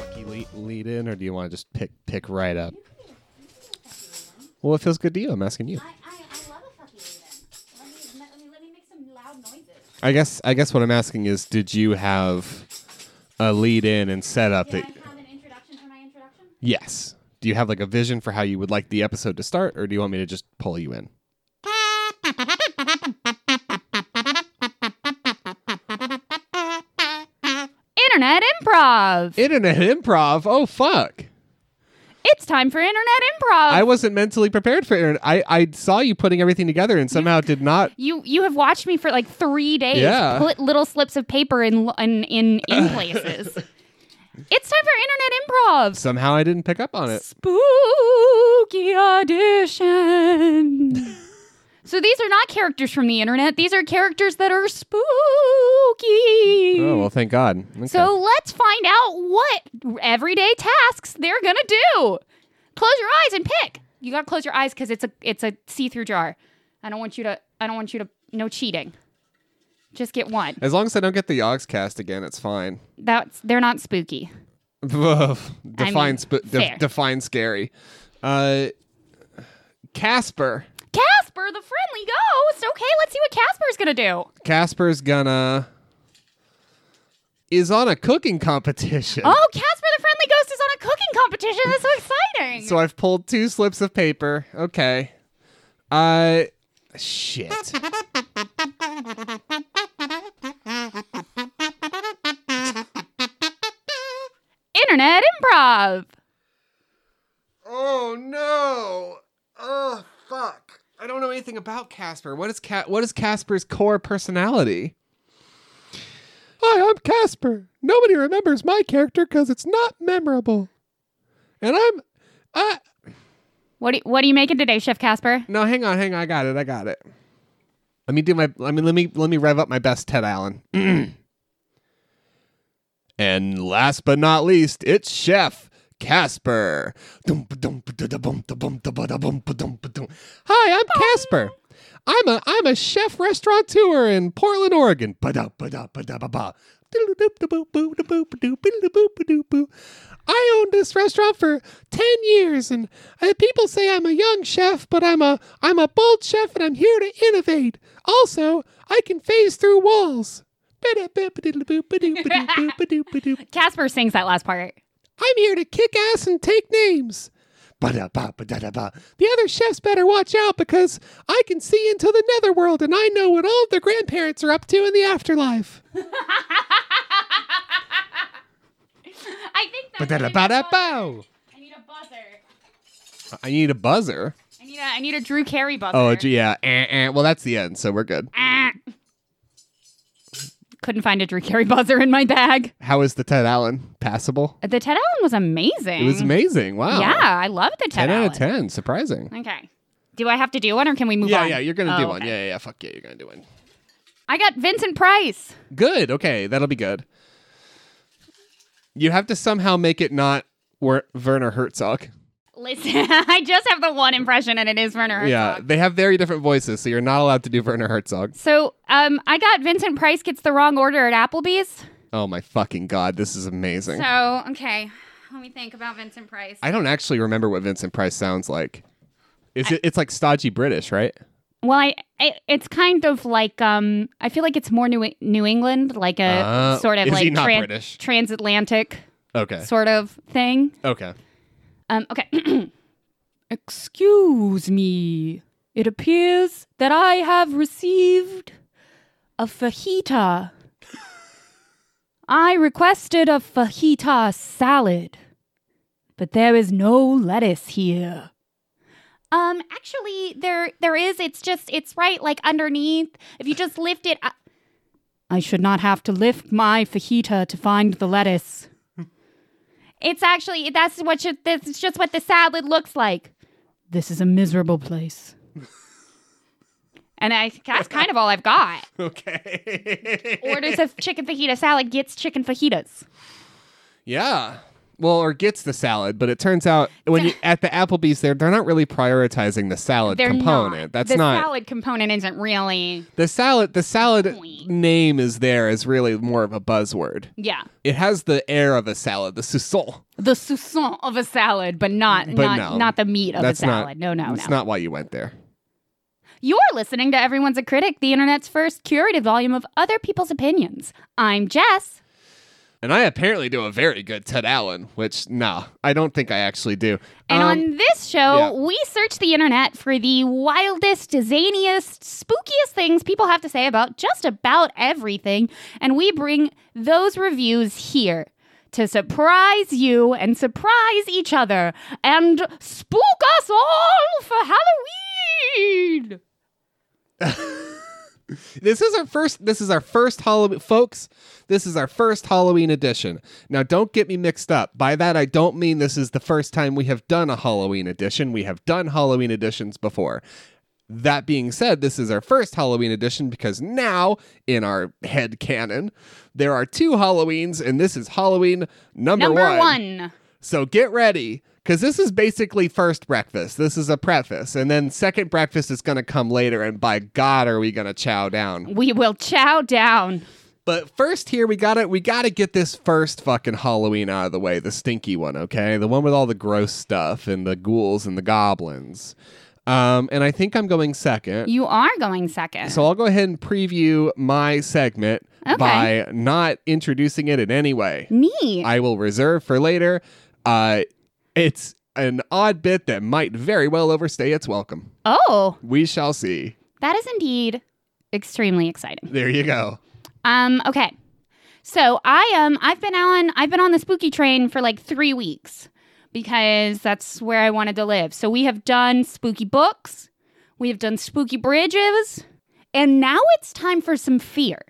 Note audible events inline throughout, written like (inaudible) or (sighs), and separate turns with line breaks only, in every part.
Lucky lead, lead in, or do you want to just pick pick right up? Well, it feels good to you. I'm asking you.
I, I, I love a fucking raven. Let me, let, me, let me make some loud noises.
I guess I guess what I'm asking is, did you have a lead in and set up
Did
that?
I have an introduction for my introduction?
Yes. Do you have like a vision for how you would like the episode to start, or do you want me to just pull you in?
Internet improv.
Internet improv. Oh fuck!
It's time for internet improv.
I wasn't mentally prepared for internet. I I saw you putting everything together and somehow did not.
you you have watched me for like three days
Yeah.
put little slips of paper in l- in in,
(laughs)
in places. It's time for internet improv.
Somehow I didn't pick up on it. (laughs)
Spooky audition. so these are not characters from the internet. These are characters that are spooky.
Oh well, thank God. Okay.
So let's find out what everyday tasks they're gonna do. Close your eyes and pick. You gotta close your eyes because it's a it's a see through jar. I don't want you to. I don't want you to. No cheating. Just get one.
as long as I don't get the Yogs cast again, it's fine.
That's they're not spooky.
(laughs) define
mean,
sp- de-
fair.
define scary. Uh, Casper.
Casper the friendly ghost. Okay, let's see what Casper's gonna do.
Casper's gonna is on a cooking competition.
Oh, Casper the friendly ghost is on a cooking competition. That's so exciting.
So I've pulled two slips of paper. Okay. Uh shit.
internet improv.
Oh no. Oh fuck. I don't know anything about Casper. What is Ca- what is Casper's core personality? Hi, I'm Casper. Nobody remembers my character cuz it's not memorable. And I'm I
What do, what are you making today, Chef Casper?
No, hang on, hang on. I got it. I got it. Let me do my. I mean, let me let me rev up my best Ted Allen. (clears throat) and last but not least, it's Chef Casper. Dum, ba-dum, ba-da-da-bum, da-bum, da-ba-da-bum, ba-dum, ba-dum. Hi, I'm Casper. I'm a I'm a chef restaurateur in Portland, Oregon. Ba-da, ba-da, ba-da, ba-ba. Diddle-doop-da-boop-boop-da-boop-a-doop-a-doop-a-doop-a-doop. I owned this restaurant for ten years, and uh, people say I'm a young chef, but I'm a I'm a bold chef, and I'm here to innovate. Also, I can phase through walls. Ba-da-ba-ba-diddle-boop-a-doop-a-doop-a-doop-a-doop.
Casper sings that last part.
I'm here to kick ass and take names. Ba-da-ba, ba-da-da-ba. The other chefs better watch out because I can see into the netherworld and I know what all of their grandparents are up to in the afterlife.
I think that's
Ba-da-da-ba-da-bow.
I need a buzzer.
I need a buzzer.
I need a I need a Drew Carey buzzer.
Oh, gee, yeah. Eh, eh. Well, that's the end, so we're good.
Ah. Couldn't find a Drew Carey buzzer in my bag.
How is the Ted Allen? Passable?
The Ted Allen was amazing.
It was amazing. Wow.
Mm. Yeah, I love the Ted
10 out
Allen.
of 10. Surprising.
Okay. Do I have to do one or can we move
yeah,
on?
yeah, you're going to
Oh,
do one.
okay.
Yeah, yeah, yeah. Fuck yeah, you're going to do one.
I got Vincent Price.
Good. Okay, that'll be good. You have to somehow make it not Wer- Werner Herzog.
Listen, (laughs) I just have the one impression and it is Werner Herzog.
Yeah, they have very different voices, so you're not allowed to do Werner Herzog.
So, um, I got Vincent Price gets the wrong order at Applebee's.
Oh my fucking god, this is amazing.
So, okay. Let me think about Vincent Price.
I don't actually remember what Vincent Price sounds like. Is it? It's like stodgy British, right?
Well, I, I it's kind of like um I feel like it's more New New England, like a
Uh,
sort of
is
like
he not
tran-
British?
transatlantic
Okay.
sort of thing.
Okay.
Um okay. (clears throat) Excuse me. It appears that I have received a (laughs) fajita. I requested a fajita salad, but there is no lettuce here. Um, actually, there there is. It's just it's right like underneath. If you just lift it, I, I should not have to lift my fajita to find the lettuce. It's actually that's what you, that's just what the salad looks like. This is a miserable place. and I that's kind of all I've got.
(laughs) Okay.
Orders (laughs) a chicken fajita salad, gets chicken fajitas.
Yeah. Well, or gets the salad, but it turns out when you at the Applebee's, they're they're not really prioritizing the salad
They're
component.
not.
That's
the
not
salad component isn't really
the salad. The salad
Point.
name is there is really more of a buzzword.
yeah.
It has the air of a salad, the sousson.
The sousson of a salad, but not
But
not
no.
not the meat of
That's
a salad.
not.
no, no, Oh, no.
That's not why you went there.
You're listening to Everyone's a Critic, the internet's first curated volume of other people's opinions. I'm Jess.
And I apparently do a very good Ted Allen, which nah, I don't think I actually do.
And
Um,
on this show,
yeah.
we search the internet for the wildest, zaniest, spookiest things people have to say about just about everything. And we bring those reviews here to surprise you and surprise each other and spook us all for Halloween.
This is our first. This is our first Halloween, folks. This is our first Halloween edition. Now, don't get me mixed up. By that, I don't mean this is the first time we have done a Halloween edition. We have done Halloween editions before. That being said, this is our first Halloween edition because now, in our head canon, there are two Halloweens, and this is Halloween number,
Number
one.
one.
So get ready because this is basically first breakfast. This is a preface, and then second breakfast is going to come later. And by God, are we going to chow down?
We will chow down.
But first, here we gotta we gotta get this first fucking Halloween out of the way, the stinky one, okay, the one with all the gross stuff and the ghouls and the goblins. Um, and I think I'm going second,
You are going second.
so I'll go ahead and preview my segment
Okay.
by not introducing it in any way.
Neat.
I will reserve for later. Uh, it's an odd bit that might very well overstay its welcome.
oh,
We shall see.
that is indeed extremely exciting.
There you go.
Um, okay. So I um I've been on I've been on the spooky train for like three weeks because that's where I wanted to live. So we have done spooky books, we have done spooky bridges, and now it's time for some fear.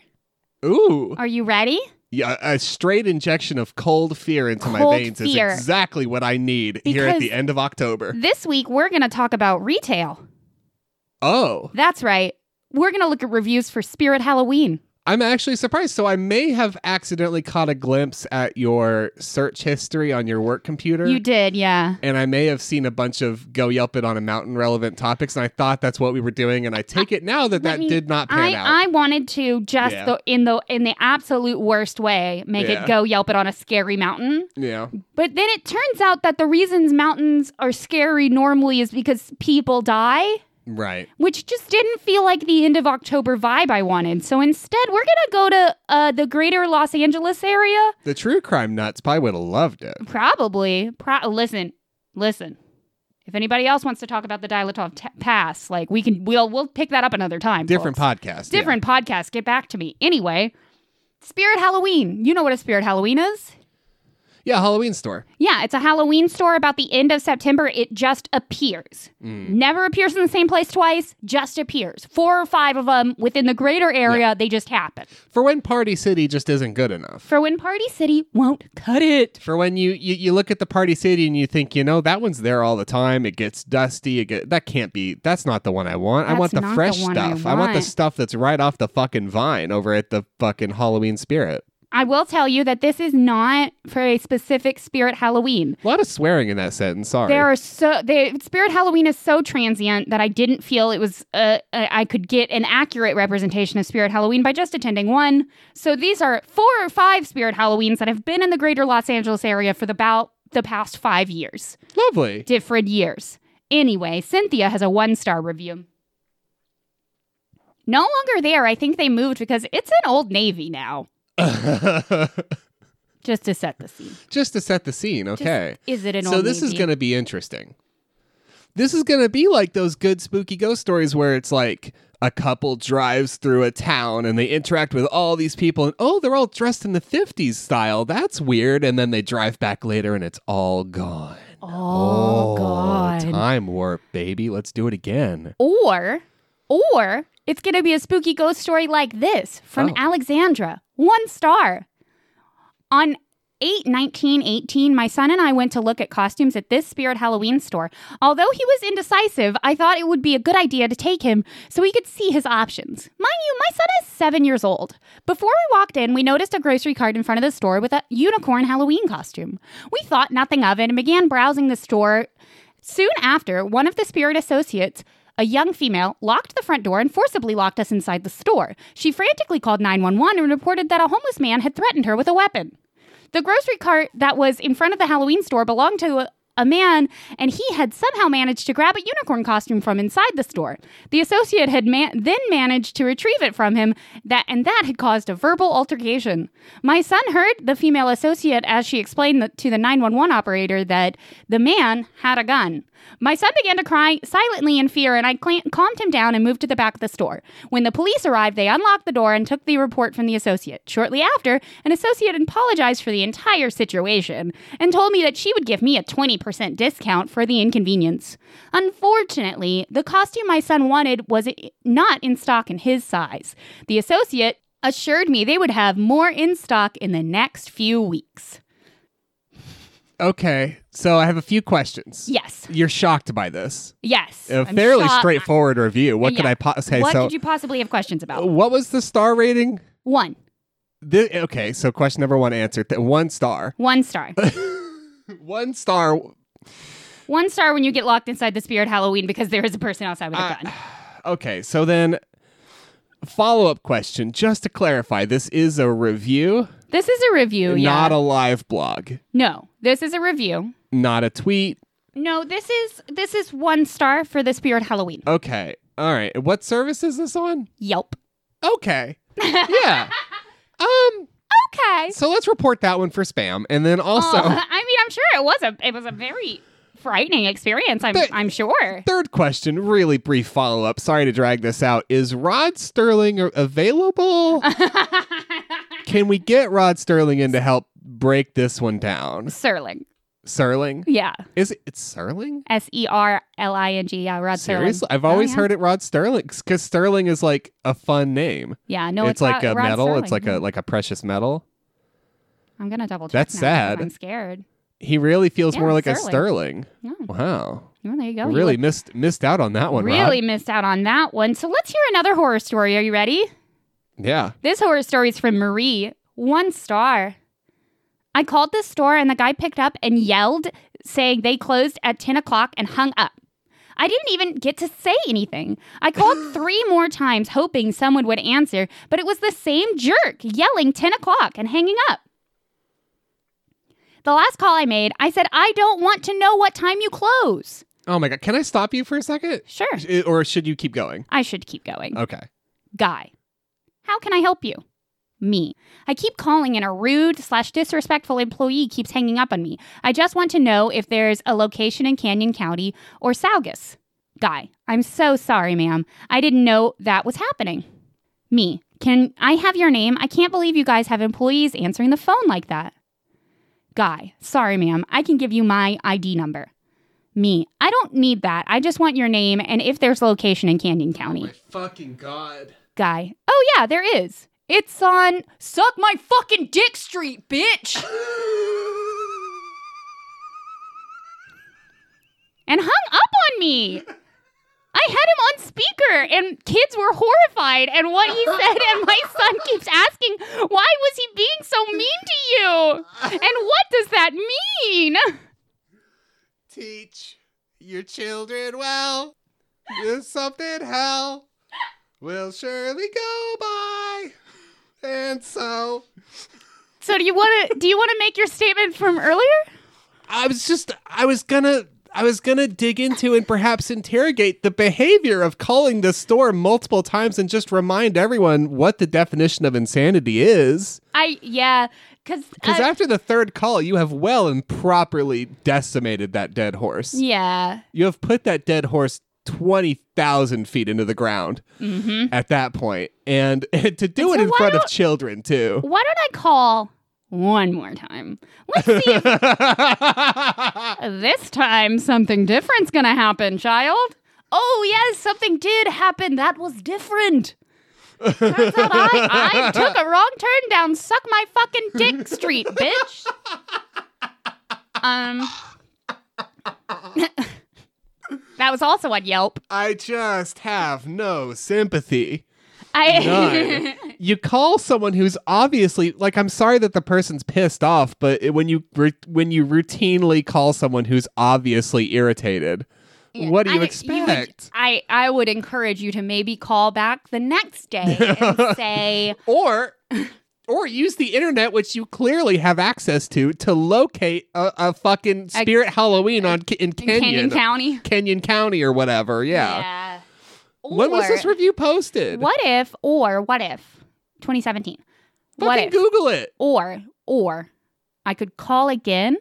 Ooh.
Are you ready?
Yeah, a straight injection of cold fear into
Cold
my veins
fear.
is exactly what I need here at
Because-
the end of October.
This week we're gonna talk about retail.
Oh,
That's right. We're gonna look at reviews for Spirit Halloween.
I'm actually surprised. So I may have accidentally caught a glimpse at your search history on your work computer.
You did, yeah.
and I may have seen a bunch of go Yelp it on a mountain relevant topics, and I thought that's what we were doing. And I take it now that
let
that
me-
did not
I,
pan out.
I wanted to just
Yeah.
the, in the in the absolute worst way make
Yeah.
it go Yelp it on a scary mountain.
yeah.
But then it turns out that the reasons mountains are scary normally is because people die,
Right.
which just didn't feel like the end of October vibe I wanted. So instead, we're gonna go to uh, the greater Los Angeles area.
The true crime nuts probably would have loved it.
Probably. Pro- listen, listen. If anybody else wants to talk about the Dilatov t- Pass, like we can, we'll we'll pick that up another time.
Different
folks.
podcast. yeah.
different podcast. Get back to me. Anyway, Spirit Halloween. You know what a Spirit Halloween is?
Yeah, Halloween store.
Yeah, it's a Halloween store about the end of September. It just appears. Never appears in the same place twice, just appears. Four or five of them within the greater area, they just happen.
For when Party City just isn't good enough.
For when Party City won't cut it.
For when you, you you look at the Party City and you think, you know, that one's there all the time. It gets dusty. It get that can't be. That's not the one I want. I
That's
want the
not the
fresh
one I
stuff. I want the
want.
stuff that's right off the fucking vine over at the fucking Halloween Spirit.
I will tell you that this is not for a specific Spirit Halloween.
A lot of swearing in that sentence. Sorry.
There are so the Spirit Halloween is so transient that I didn't feel it was uh, I I could get an accurate representation of Spirit Halloween by just attending one. So these are four or five Spirit Halloweens that have been in the greater Los Angeles area for the, about the past five years,
Lovely.
different years. Anyway, Cynthia has a one star review. No longer there. I think they moved because it's an Old Navy now. Just to set the scene.
(laughs) just to set the scene.
Just,
Okay.
Is it an
so
Old
this is
Navy?
going to be interesting. This is going to be like those good spooky ghost stories where it's like a couple drives through a town and they interact with all these people and oh they're all dressed in the 50s style. That's weird and then they drive back later and it's all gone.
Oh, God.
Time warp baby. Let's do it again.
Or, or it's going to be a spooky ghost story like this from
Oh.
Alexandra, one star. On 8, 19, 18, my son and I went to look at costumes at this Spirit Halloween store. Although he was indecisive, I thought it would be a good idea to take him so he could see his options. Mind you, my son is seven years old. Before we walked in, we noticed a grocery cart in front of the store with a unicorn Halloween costume. We thought nothing of it and began browsing the store. Soon after, one of the spirit associates, a young female, locked the front door and forcibly locked us inside the store. She frantically called 911 and reported that a homeless man had threatened her with a weapon. The grocery cart that was in front of the Halloween store belonged to a, a man, and he had somehow managed to grab a unicorn costume from inside the store. The associate had man- then managed to retrieve it from him, that and that had caused a verbal altercation. My son heard the female associate as she explained the, to the 911 operator that the man had a gun. My son began to cry silently in fear, and I cla- calmed him down and moved to the back of the store. When the police arrived, they unlocked the door and took the report from the associate. Shortly after, an associate apologized for the entire situation and told me that she would give me a 20% discount for the inconvenience. Unfortunately, the costume my son wanted was i- not in stock in his size. The associate assured me they would have more in stock in the next few weeks.
Okay, so I have a few questions.
Yes.
You're shocked by this.
Yes.
A
I'm
Uh, fairly
shocked.
straightforward review. What could
Yeah.
I po- say?
what
so,
could you possibly have questions about?
what was the star rating?
One.
Thi- okay, so question number one answered. Th- one star.
One star.
(laughs) one star.
One star when you get locked inside the spirit Halloween because there is a person outside with a
I-
gun.
Okay, so then follow up question. Just to clarify, this is a review,
This is a review, Oh, yeah.
not a live blog,
no, this is a review.
not a tweet.
No, this is this is one star for the spirit Halloween.
Okay, all right. What service is this on?
Yelp.
Okay, yeah. Um,
Okay.
so let's report that one for spam, and then also.
Oh, (laughs) I mean, I'm sure it was a it was a very frightening experience. I'm
But-
I'm sure.
Third question, really brief follow up. Sorry to drag this out. Is Rod Sterling a-
(laughs)
available? Can we get Rod Sterling in to help break this one down?
Serling.
Serling?
Yeah.
Is it it's Serling?
S E R L I N G. Yeah, Rod
Seriously?
Serling. Oh,
I've always
yeah.
heard it Rod Sterling because Sterling is like a fun name.
Yeah, no, it's,
it's like
Ro-
a
Rod
metal.
Serling.
It's like a like a precious metal.
I'm gonna double check.
That's
now 'cause
sad.
I'm scared.
He really feels
Yeah,
more like a
Sterling.
Sterling.
No,
Wow.
well, there you go. You
really missed missed out on that one, Oh, Rod.
really missed out on that one. So let's hear another horror story. Are you ready?
Yeah.
This horror story is from Marie, one star. I called this store and the guy picked up and yelled, saying they closed at 10 o'clock and hung up. I didn't even get to say anything. I called three more times, hoping someone would answer, but it was the same jerk yelling 10 o'clock and hanging up. The last call I made, I said, I don't want to know what time you close.
Oh my god. Can I stop you for a second?
Sure,
Sh- Or should you keep going?
I should keep going.
Okay.
Guy, how can I help you? Me. I keep calling and a rude slash disrespectful employee keeps hanging up on me. I just want to know if there's a location in Canyon County or Saugus. Guy, I'm so sorry, ma'am. I didn't know that was happening. Me, can I have your name? I can't believe you guys have employees answering the phone like that. Guy, sorry, ma'am. I can give you my ID number. Me, I don't need that. I just want your name and if there's a location in Canyon County
fucking god.
guy. Oh yeah, there is. It's on Suck My Fucking Dick Street, bitch. and hung up on me. I had him on speaker and kids were horrified and what he said and my son keeps asking, "Why was he being so mean to you?" And what does that mean?
(laughs) Teach your children well. If something hell will surely go by. And so
So do you want to do you want to make your statement from earlier?
I was just I was gonna I was gonna dig into and perhaps interrogate the behavior of calling the store multiple times and just remind everyone what the definition of insanity is.
I yeah, uh, cuz
Because after the third call, you have well and properly decimated that dead horse.
yeah.
You have put that dead horse 20,000 feet into the ground
Mhm.
at that point. And, (laughs) and to do
And
it
so
in
why
front of
don't-
children, too.
Why don't I call one more time? Let's
(laughs)
see if this time something different's gonna happen, child. Oh, yes, something did happen. That was different. Turns out I, I took a wrong turn down Suck My Fucking Dick Street, bitch. Um, (laughs) that was also on Yelp.
I just have no sympathy.
I
None. you call someone who's obviously like I'm sorry that the person's pissed off, but it- when you ru- when you routinely call someone who's obviously irritated,
(laughs)
what do
I
you
would- would-
expect?
I, I would encourage you to maybe call back the next day
(laughs)
and say,
or or use the internet, which you clearly have access to, to locate a, a fucking spirit Halloween on K- in
in Canyon
Kenyon,
County.
Kenyon County or whatever. Yeah. when was this
Or-
review posted?
What if or what if 2017?
Fucking
what if
Google it. (laughs)
or or I could call again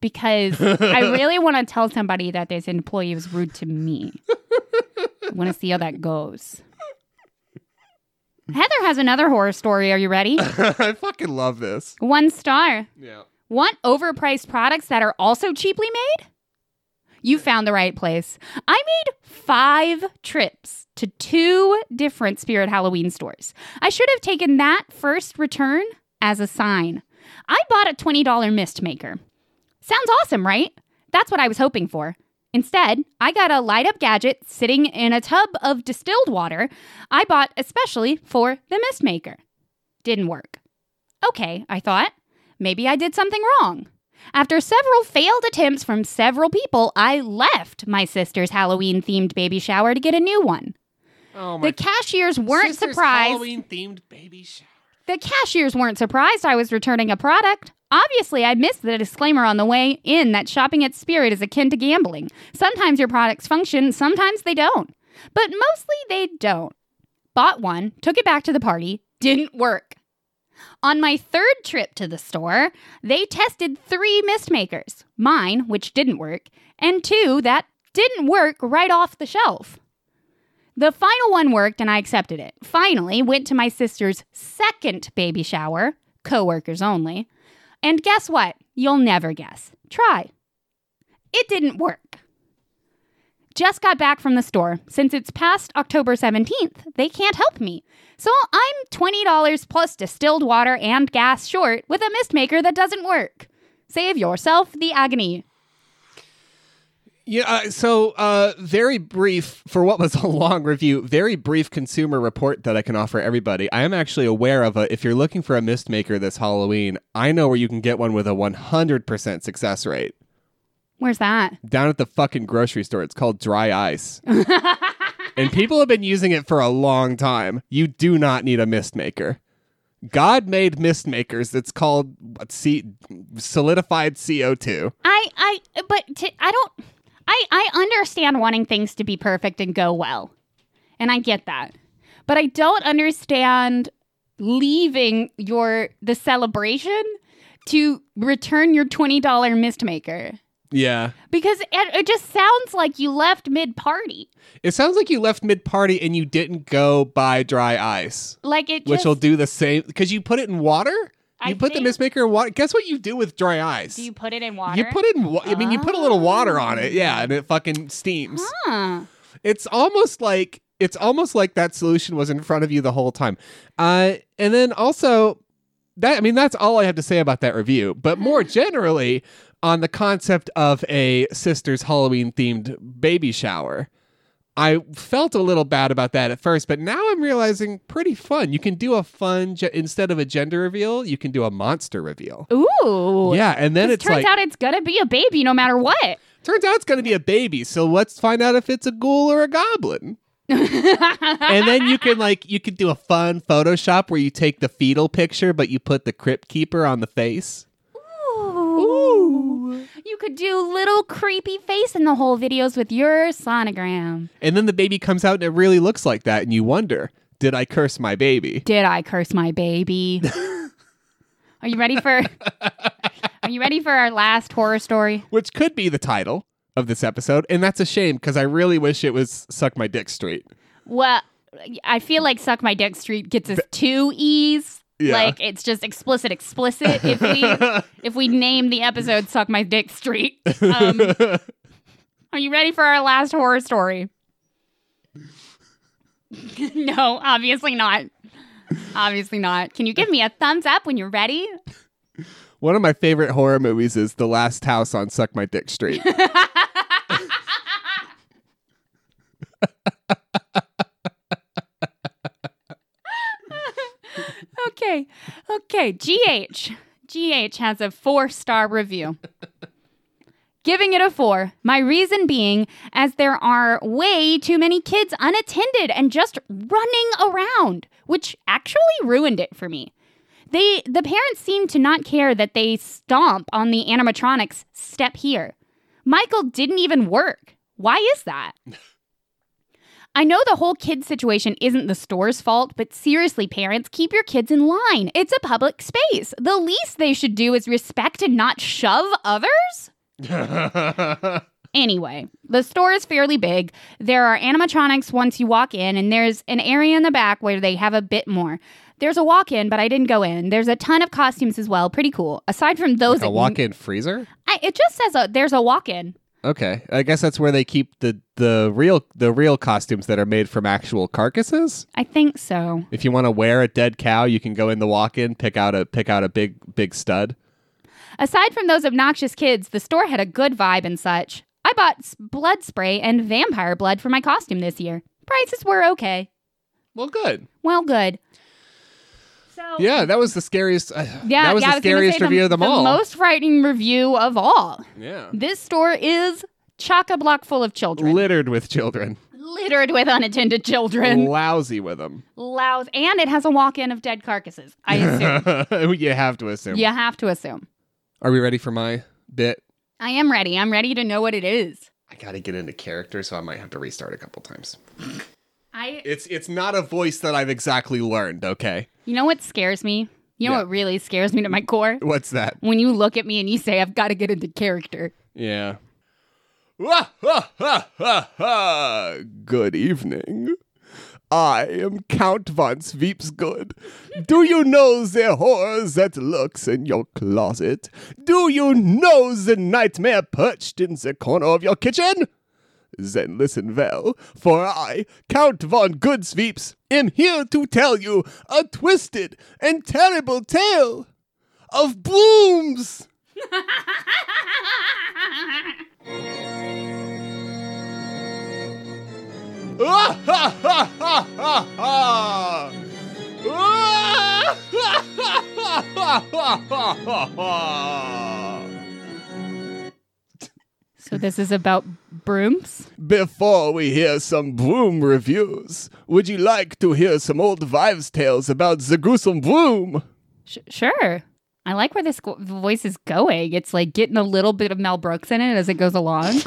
because I really want to tell somebody that this employee was rude to me. I want to see how that goes. Heather has another horror story. Are you ready?
I fucking love this.
One star.
Yeah.
Want overpriced products that are also cheaply made? You found the right place. I made five trips to two different Spirit Halloween stores. I should have taken that first return as a sign. I bought a $20 mist maker. Sounds awesome, right? That's what I was hoping for. Instead, I got a light up gadget sitting in a tub of distilled water I bought especially for the mist maker. Didn't work. Okay, I thought. Maybe I did something wrong. After several failed attempts from several people, I left my sister's Halloween themed baby shower to get a new one.
Oh
The cashiers weren't surprised.
themed baby shower.
The cashiers weren't surprised I was returning a product. Obviously, I missed the disclaimer on the way in that shopping at Spirit is akin to gambling. Sometimes your products function, sometimes they don't. But mostly they don't. Bought one, took it back to the party, didn't work. On my third trip to the store, they tested three mist makers mine, which didn't work, and two that didn't work right off the shelf. The final one worked and I accepted it. Finally, went to my sister's second baby shower, coworkers only. And guess what? You'll never guess. Try. It didn't work. Just got back from the store. Since it's past October 17th, they can't help me. So I'm $20 plus distilled water and gas short with a mist maker that doesn't work. Save yourself the agony.
Yeah. Uh, so, uh, very brief for what was (laughs) a long review. Very brief consumer report that I can offer everybody. I am actually aware of a. If you're looking for a mist maker this Halloween, I know where you can get one with a 100% success rate.
Where's that?
Down at the fucking grocery store. It's called Dry Ice. and people have been using it for a long time. You do not need a mist maker. God made mist makers. It's called what, C- solidified CO2.
I I but to, I don't I I understand wanting things to be perfect and go well. And I get that. But I don't understand leaving your the celebration to return your $20 mist maker
Yeah.
because it, it just sounds like you left mid party.
It sounds like you left mid party and you didn't go buy dry ice,
Like it
which
just
will do the same because you put it in water.
I
you put the
think-
mist maker in water. Guess what you do with dry ice?
do you put it in water? Oh.
You put it in. Wa- I mean, you put a little water on it, yeah, and it fucking steams.
Huh.
It's almost like it's almost like that solution was in front of you the whole time. Uh, and then also that I mean that's all I have to say about that review. But
(laughs)
more generally on the concept of a sister's Halloween themed baby shower. I felt a little bad about that at first, but now I'm realizing pretty fun. You can do a fun ge- instead of a gender reveal, you can do a monster reveal.
Ooh.
Yeah, and then
'Cause
it's
turns
like
out it's gonna be a baby no matter what.
turns out it's going to be a baby. So let's find out if it's a ghoul or a goblin. and then you can like you could do a fun Photoshop where you take the fetal picture, but you put the crypt keeper on the face. Ooh.
You could do little creepy face in the whole videos with your sonogram.
And then the baby comes out and it really looks like that, and you wonder, did I curse my baby?
Did I curse my baby?
(laughs)
Are you ready for Are you ready for our last horror story?
Which could be the title of this episode, and that's a shame because I really wish it was "Suck My Dick Straight." (laughs)
Well, I feel like Suck My Dick Street gets us two E's.
Yeah.
Like it's just explicit explicit if we if we name the episode Suck My
(laughs)
Dick Street. Um, are you ready for our last horror story? (laughs) no, obviously not. Obviously not. Can you give me a thumbs up when you're ready?
One of my favorite horror movies is The Last House on Suck My Dick Street.
Okay. Okay. GH. GH has a four star review. Giving it a four. My reason being, as there are way too many kids unattended and just running around, which actually ruined it for me. They, the parents seem to not care that they stomp on the animatronics step here. Michael didn't even work. Why is that? I know the whole kid situation isn't the store's fault, but seriously, parents, keep your kids in line. It's a public space. The least they should do is respect and not shove others. Anyway, the store is fairly big. There are animatronics once you walk in, and there's an area in the back where they have a bit more. There's a walk in, but I didn't go in. There's a ton of costumes as well. Pretty cool. Aside from those,
a
it-
walk in freezer?
I, it just says uh there's a walk in.
Okay. I guess that's where they keep the, the real the real costumes that are made from actual carcasses.
I think so.
If you want to wear a dead cow, you can go in the walk in, pick out a pick out a big big stud.
Aside from those obnoxious kids, the store had a good vibe and such. I bought s- blood spray and vampire blood for my costume this year. Prices were okay.
Well, good.
Well, good.
So
Yeah, that was the scariest. (sighs) Uh, that
Oh. Yeah,
was
yeah, I
the
was gonna
scariest
say
review of them
the
all.
most frightening review of all.
yeah,
This store is chock a block full of children,
littered with children,
littered with unattended children,
lousy with them.
loud, and it has a walk-in of dead carcasses.
(laughs)
I assume
you have to assume.
you have to assume.
Are we ready for my bit?
I am ready. I'm ready to know what it is.
I gotta get into character, so I might have to restart a couple times.
I,
It's it's not a voice that I've exactly learned. Okay,
you know what scares me? You know
Yeah.
what really scares me to my core?
what's that?
when you look at me and you say, I've got to get into character.
Yeah. Wah, ha, ha, ha, ha. (laughs) Good evening. I am Count von Sweepsgood. Do you know the horror that lurks in your closet? Do you know the nightmare perched in the corner of your kitchen? Then listen well, for I, Count von Goodsweeps, am here to tell you a twisted and terrible tale of blooms. (laughs) Ah, ha, ha, ha, ha, ha. Ah, ha, ha, ha, ha, ha, ha, ha.
So this is about brooms.
Before we hear some broom reviews, would you like to hear some old wives' tales about the gruesome broom?
Sh- sure. I like where this go- voice is going. It's like getting a little bit of Mel Brooks in it as it goes along.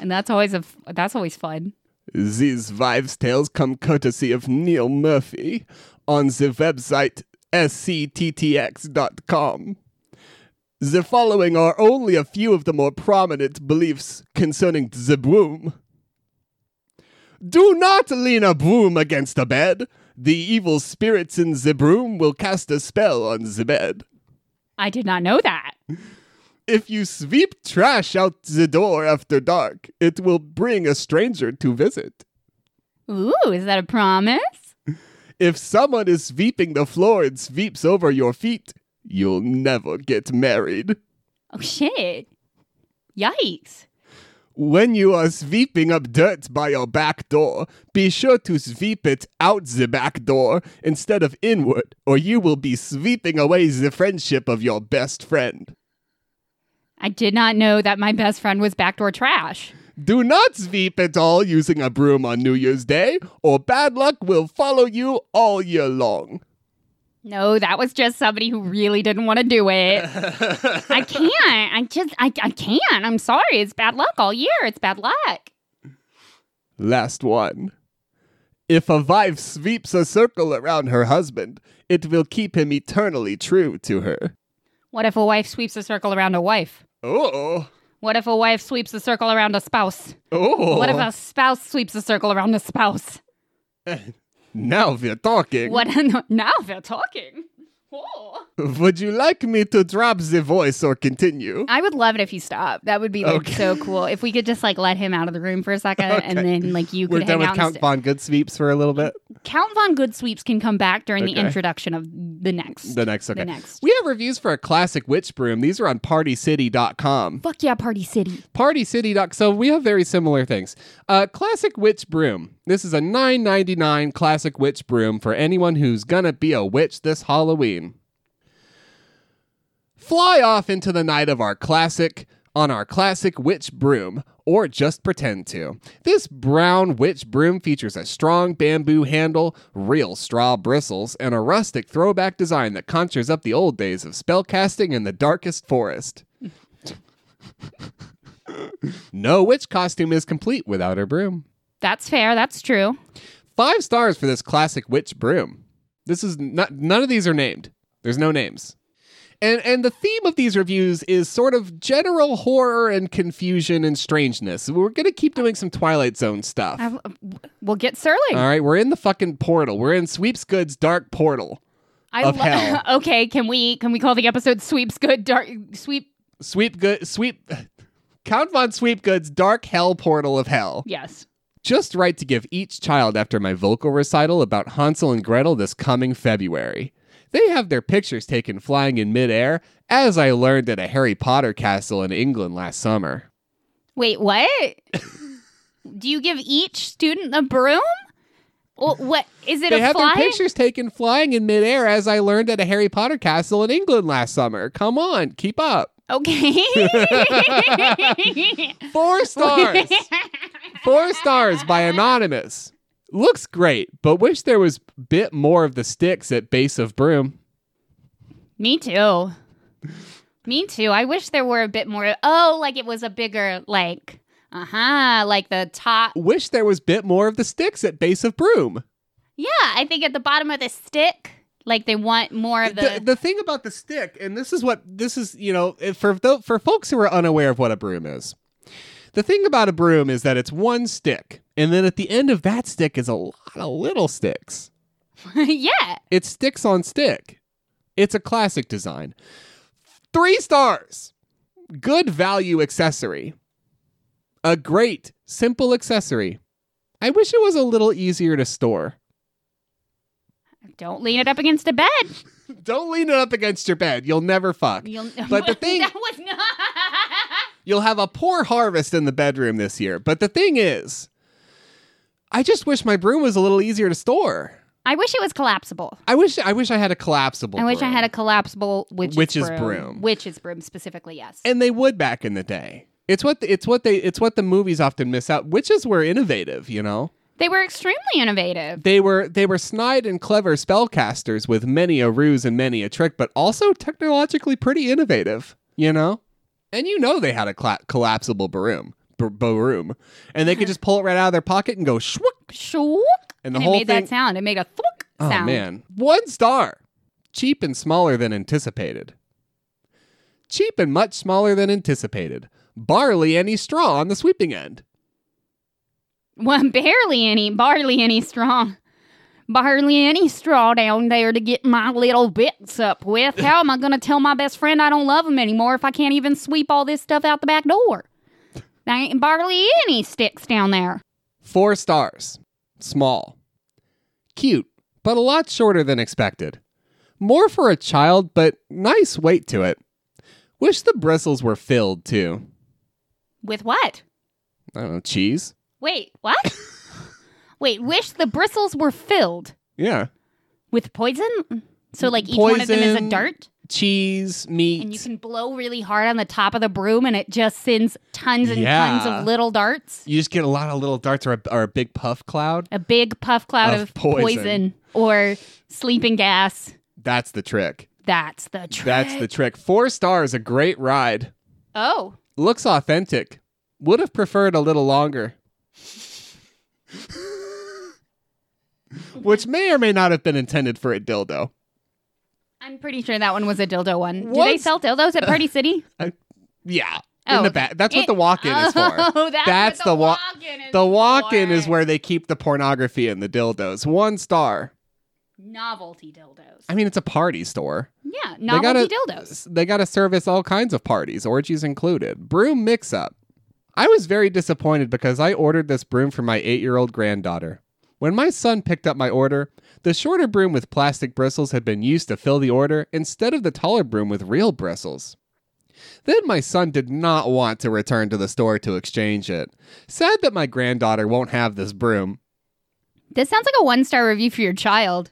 And that's always a f- that's always fun.
These wives' tales come courtesy of Neil Murphy on the website scttx.com. The following are only a few of the more prominent beliefs concerning the broom. Do not lean a broom against a bed. The evil spirits in the broom will cast a spell on the bed.
I did not know that.
If you sweep trash out the door after dark, it will bring a stranger to visit.
Ooh, is that a promise?
If someone is sweeping the floor and sweeps over your feet, you'll never get married.
Oh shit. Yikes.
When you are sweeping up dirt by your back door, be sure to sweep it out the back door instead of inward, or you will be sweeping away the friendship of your best friend.
I did not know that my best friend was backdoor trash.
Do not sweep at all using a broom on New Year's Day, or bad luck will follow you all year long.
No, that was just somebody who really didn't want to do it. I can't. I just, I, I can't. I'm sorry. It's bad luck all year. It's bad luck.
Last one. If a wife sweeps a circle around her husband, it will keep him eternally true to her.
What if a wife sweeps a circle around a wife?
Oh.
What if a wife sweeps a circle around a spouse?
Oh.
What if a spouse sweeps a circle around a spouse?
(laughs) now we're talking.
(laughs) What? now they're talking. Whoa.
Would you like me to drop the voice or continue?
I would love it if you stopped. That would be like
Okay.
so cool. If we could just like let him out of the room for a second and
Okay.
then like you
We're
could
done
hang
with
out.
Count
and
Von Goodsweeps for a little bit.
st- Count Von Good Sweeps can come back during the
Okay.
introduction of the next.
The next, okay.
The next.
We have reviews for a classic witch broom. These are on partycity.com.
Fuck yeah, Party City.
Partycity.com. So we have very similar things. Uh, classic witch broom. This is a 9.99 classic witch broom for anyone who's gonna be a witch this Halloween. Fly off into the night of our classic on our classic witch broom, or just pretend to. This brown witch broom features a strong bamboo handle, real straw bristles, and a rustic throwback design that conjures up the old days of spellcasting in the darkest forest. No witch costume is complete without her broom.
That's fair. That's true.
Five stars for this classic witch broom. This is not, none of these are named. There's no names. And and the theme of these reviews is sort of general horror and confusion and strangeness. We're gonna keep doing some Twilight Zone stuff.
I, we'll get Serling.
All right, we're in the fucking portal. We're in Sweeps Goods Dark Portal.
I
of hell.
(laughs) okay, can we can we call the episode "Sweeps Good Dark Sweep"?
Sweep good sweep (laughs) Count von Sweep Goods Dark Hell Portal of Hell.
Yes.
Just right to give each child after my vocal recital about Hansel and Gretel this coming February. They have their pictures taken flying in midair, as I learned at a Harry Potter castle in England last summer.
Wait, what? (laughs) Do you give each student a broom? Well, what is it?
They
a
have
fly?
their pictures taken flying in midair, as I learned at a Harry Potter castle in England last summer. Come on, keep up. (laughs)
Okay. (laughs)
Four stars. Four stars by Anonymous. Looks great, but wish there was bit more of the sticks at base of broom.
Me too. Me too. I wish there were a bit more. Oh, like it was a bigger like. Uh huh. Like the top.
Wish there was bit more of the sticks at base of broom.
Yeah, I think at the bottom of the stick, like they want more of
the, the thing about the stick, and this is what this is, you know, if- for tho- for folks who are unaware of what a broom is, the thing about a broom is that it's one stick, and then at the end of that stick is a lot of little sticks.
(laughs) yeah.
It's sticks on stick. It's a classic design. Three stars. Good value accessory. A great simple accessory. I wish it was a little easier to store.
Don't lean it up against a bed.
Don't lean it up against your bed. You'll never fuck.
You'll, (laughs)
But the thing-
that was not.
You'll have a poor harvest in the bedroom this year. But the thing is, I just wish my broom was a little easier to store.
I wish it was collapsible.
I wish I wish I had a collapsible.
I wish I
broom.
had a collapsible witch's,
Witch's
broom.
broom.
Witch's broom specifically, yes.
and they would back in the day. It's what the, it's what they it's what the movies often miss out. Witches were innovative, you know.
they were extremely innovative.
They were they were snide and clever spellcasters with many a ruse and many a trick, but also technologically pretty innovative, you know. And you know they had a cla- collapsible broom, b- broom, and they
(laughs)
could just pull it right out of their pocket and go shwook
Shwook.
And
And,
the
it
whole
made
thing-
that sound. It made a thwook
Oh
sound.
man, one star. Cheap and smaller than anticipated. Cheap and much smaller than anticipated. Barley any straw on the sweeping end.
Well, barely any, barely any straw. Barely any straw down there to get my little bits up with. How am I going to tell my best friend I don't love him anymore if I can't even sweep all this stuff out the back door? There ain't barely any sticks down there.
Four stars. Small. Cute, but a lot shorter than expected. More for a child, but nice weight to it. Wish the bristles were filled too.
With what?
I don't know, cheese?
Wait, what? Wait, wish the bristles were filled
Yeah.
with poison? So, like, each one of them is a
Poison.
dart,
Cheese, meat.
and you can blow really hard on the top of the broom, and it just sends tons and tons
Yeah.
of little darts.
You just get a lot of little darts or a, or a big puff cloud.
A big puff cloud
Of
of,
poison.
poison. or sleeping gas.
That's the trick.
That's the trick.
That's the trick. Four stars, a great ride.
oh.
Looks authentic. Would have preferred a little longer. Which may or may not have been intended for a dildo.
I'm pretty sure that one was a dildo one. Do they
What's-
sell dildos at Party City?
Yeah.
Oh,
in the
okay.
back. (laughs) That's what
It-
the walk-in is for.
(laughs) Oh, that's,
That's
what
the
the,
wa-
walk-in is
The walk-in is
for.
where they keep the pornography and the dildos. One star.
Novelty dildos.
I mean, it's a party store.
yeah,
They
novelty
gotta-
dildos.
They got to service all kinds of parties, orgies included. Broom mix up. I was very disappointed because I ordered this broom for my eight year old granddaughter. When my son picked up my order, the shorter broom with plastic bristles had been used to fill the order instead of the taller broom with real bristles. Then my son did not want to return to the store to exchange it. Sad that my granddaughter won't have this broom.
This sounds like a one star review for your child.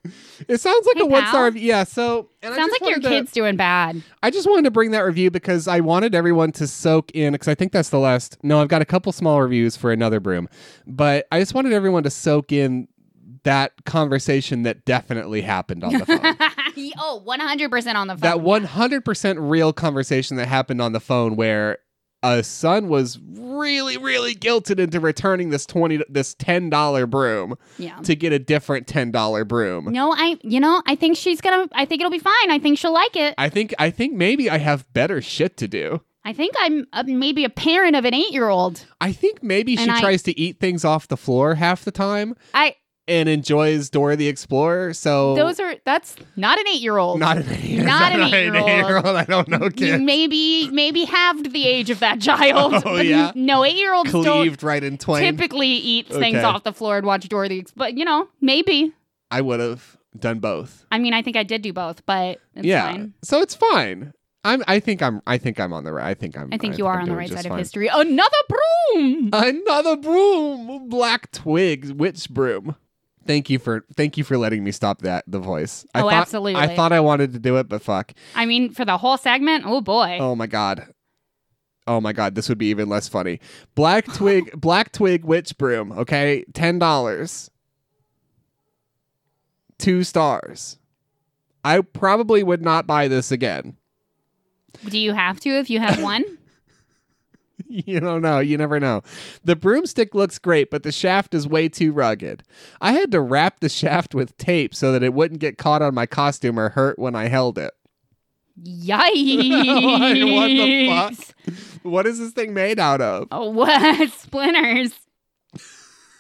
It sounds like
Hey,
a one
pal.
star. Yeah, so. And I
sounds
just
like your
wanted to-
kid's
(laughs)
doing bad.
I just wanted to bring that review because I wanted everyone to soak in because I think that's the last. No, I've got a couple small reviews for another broom, but I just wanted everyone to soak in that conversation that definitely happened on the
(laughs)
phone.
oh, 100% on the phone.
that 100% real conversation that happened on the phone where a son was really really guilted into returning this 20 this $10 broom
yeah.
to get a different $10 broom.
No, I, you know, I think she's gonna, I think it'll be fine. I think she'll like it.
I think I think maybe I have better shit to do.
I think I'm uh, maybe a parent of an eight year old.
I think maybe she
And I-
tries to eat things off the floor half the time
I,
and enjoys Dora the Explorer. So
those are, that's not an eight year old.
Oh. (laughs) not an eight,
Not an eight-year-old.
eight-year-old. I don't know,
You
kid.
maybe, maybe halved the age of that child.
(laughs) Oh,
but
yeah?
n- (laughs) No, eight year olds don't
Cleaved right in twain.
typically eat things
Okay.
off the floor and watch Dorothy. Ex- But, you know, maybe.
I would have done both.
I mean, I think I did do both, but it's
yeah,
fine.
so it's fine. I'm. I think I'm. I think I'm on the right. I think I'm.
I think you are
I'm
on the
doing
right
just
side of
fine.
history. Another broom.
Another broom, black twigs, witch broom. Thank you for thank you for letting me stop that the voice. I
Oh,
thought, I
absolutely.
thought I wanted to do it, but fuck.
I mean, for the whole segment, oh boy.
Oh my god. Oh my god, this would be even less funny. Black twig, black twig witch broom, okay? $10. 2 stars. I probably would not buy this again. (laughs)
Do you have to if you have one?
You don't know. You never know. The broomstick looks great, but the shaft is way too rugged. I had to wrap the shaft with tape so that it wouldn't get caught on my costume or hurt when I held it. (laughs)
Yikes.
What the What is this thing made out of?
(laughs) Oh, what? (laughs) Splinters.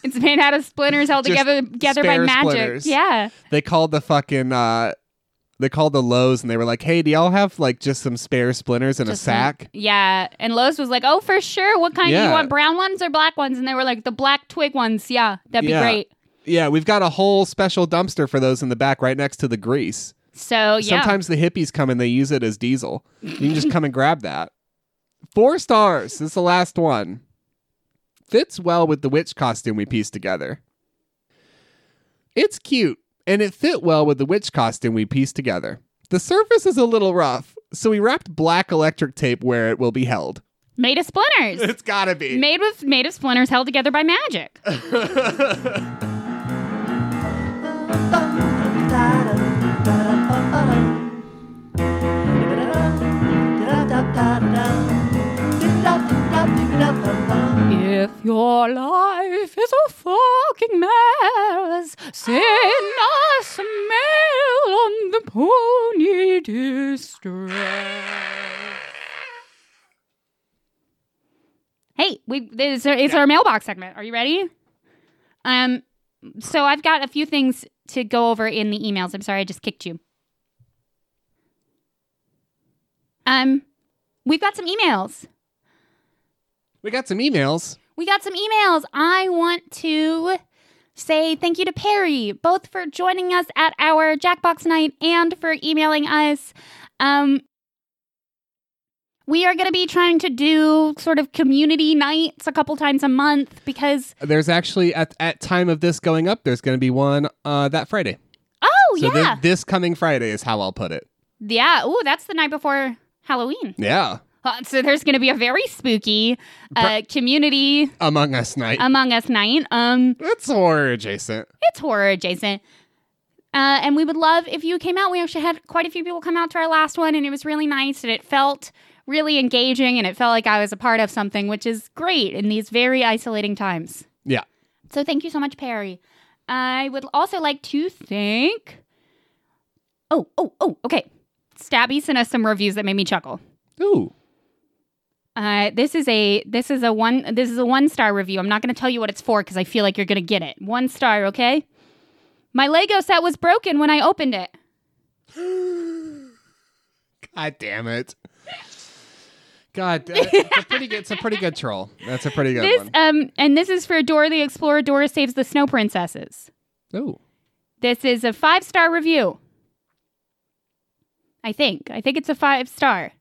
It's made out of splinters held
Just
together together by
spare
magic.
splinters.
Yeah.
they called the fucking uh they called the Lowe's and they were like, "Hey, do y'all have like just some spare splinters in
Just
a
some-
sack?"
Yeah. And Lois was like, Oh, for sure. What kind do
Yeah.
you want? Brown ones or black ones? And they were like, The black twig ones. Yeah. That'd be
Yeah.
great.
Yeah, we've got a whole special dumpster for those in the back, right next to the grease.
So Oh, yeah.
Sometimes the hippies come and they use it as diesel. You can just come and grab that. Four stars. This is the last one. Fits well with the witch costume we pieced together. It's cute, and it fit well with the witch costume we pieced together. The surface is a little rough, so we wrapped black electric tape where it will be held.
made of splinters.
(laughs) It's gotta be.
made with made of splinters held together by magic. If your life is a fucking mess, send us mail on the pony distress. Hey, we it's our, it's our mailbox segment. Are you ready? Um, so I've got a few things to go over in the emails. I'm sorry, I just kicked you. Um, we've got some emails.
we got some emails.
We got some emails. I want to say thank you to Perry, both for joining us at our Jackbox night and for emailing us. Um, we are going to be trying to do sort of community nights a couple times a month because,
There's actually at at time of this going up, there's gonna be one uh, that Friday.
oh,
So thi-
yeah.
this coming Friday is how I'll put it.
yeah. Oh, that's the night before Halloween.
Yeah.
Uh, so there's going to be a very spooky uh, community
Among Us night.
Among Us night. Um,
That's horror adjacent.
it's horror adjacent. Uh, and we would love if you came out. We actually had quite a few people come out to our last one, and it was really nice, and it felt really engaging, and it felt like I was a part of something, which is great in these very isolating times.
Yeah.
So thank you so much, Perry. I would also like to thank. Oh, oh, oh, okay. Stabby sent us some reviews that made me chuckle.
Ooh.
Uh, this is a this is a one this is a one star review. I'm not going to tell you what it's for because I feel like you're going to get it. One star, okay? My Lego set was broken when I opened it.
God damn it. God, uh, it's
(laughs)
a pretty good. It's a pretty good troll. That's a pretty good
This
one.
um and this is for Dora the Explorer. Dora saves the snow princesses.
Oh,
This is a five star review. I think. I think it's a five star.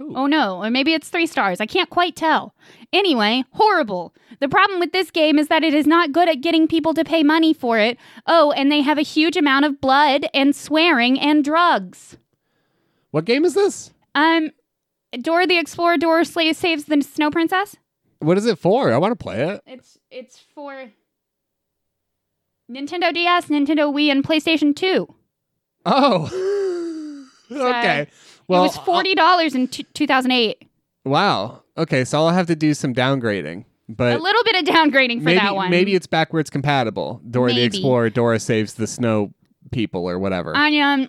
Ooh.
Oh no, or maybe it's three stars. I can't quite tell. Anyway, horrible. The problem with this game is that it is not good at getting people to pay money for it. Oh, and they have a huge amount of blood and swearing and drugs.
what game is this?
Um, Dora the Explorer, Dora Slave saves the Snow Princess.
What is it for? I want to play it.
It's it's for Nintendo DS, Nintendo Wii, and PlayStation Two.
(laughs) Oh, okay.
it
Well, uh,
was forty dollars in t- two thousand eight.
I'll- wow. Okay, so I'll have to do some downgrading,
A
but
little bit of downgrading for
uh, maybe
that one.
maybe it's backwards compatible. Dora the
Maybe.
Explorer, Dora saves the snow people, or whatever.
I um,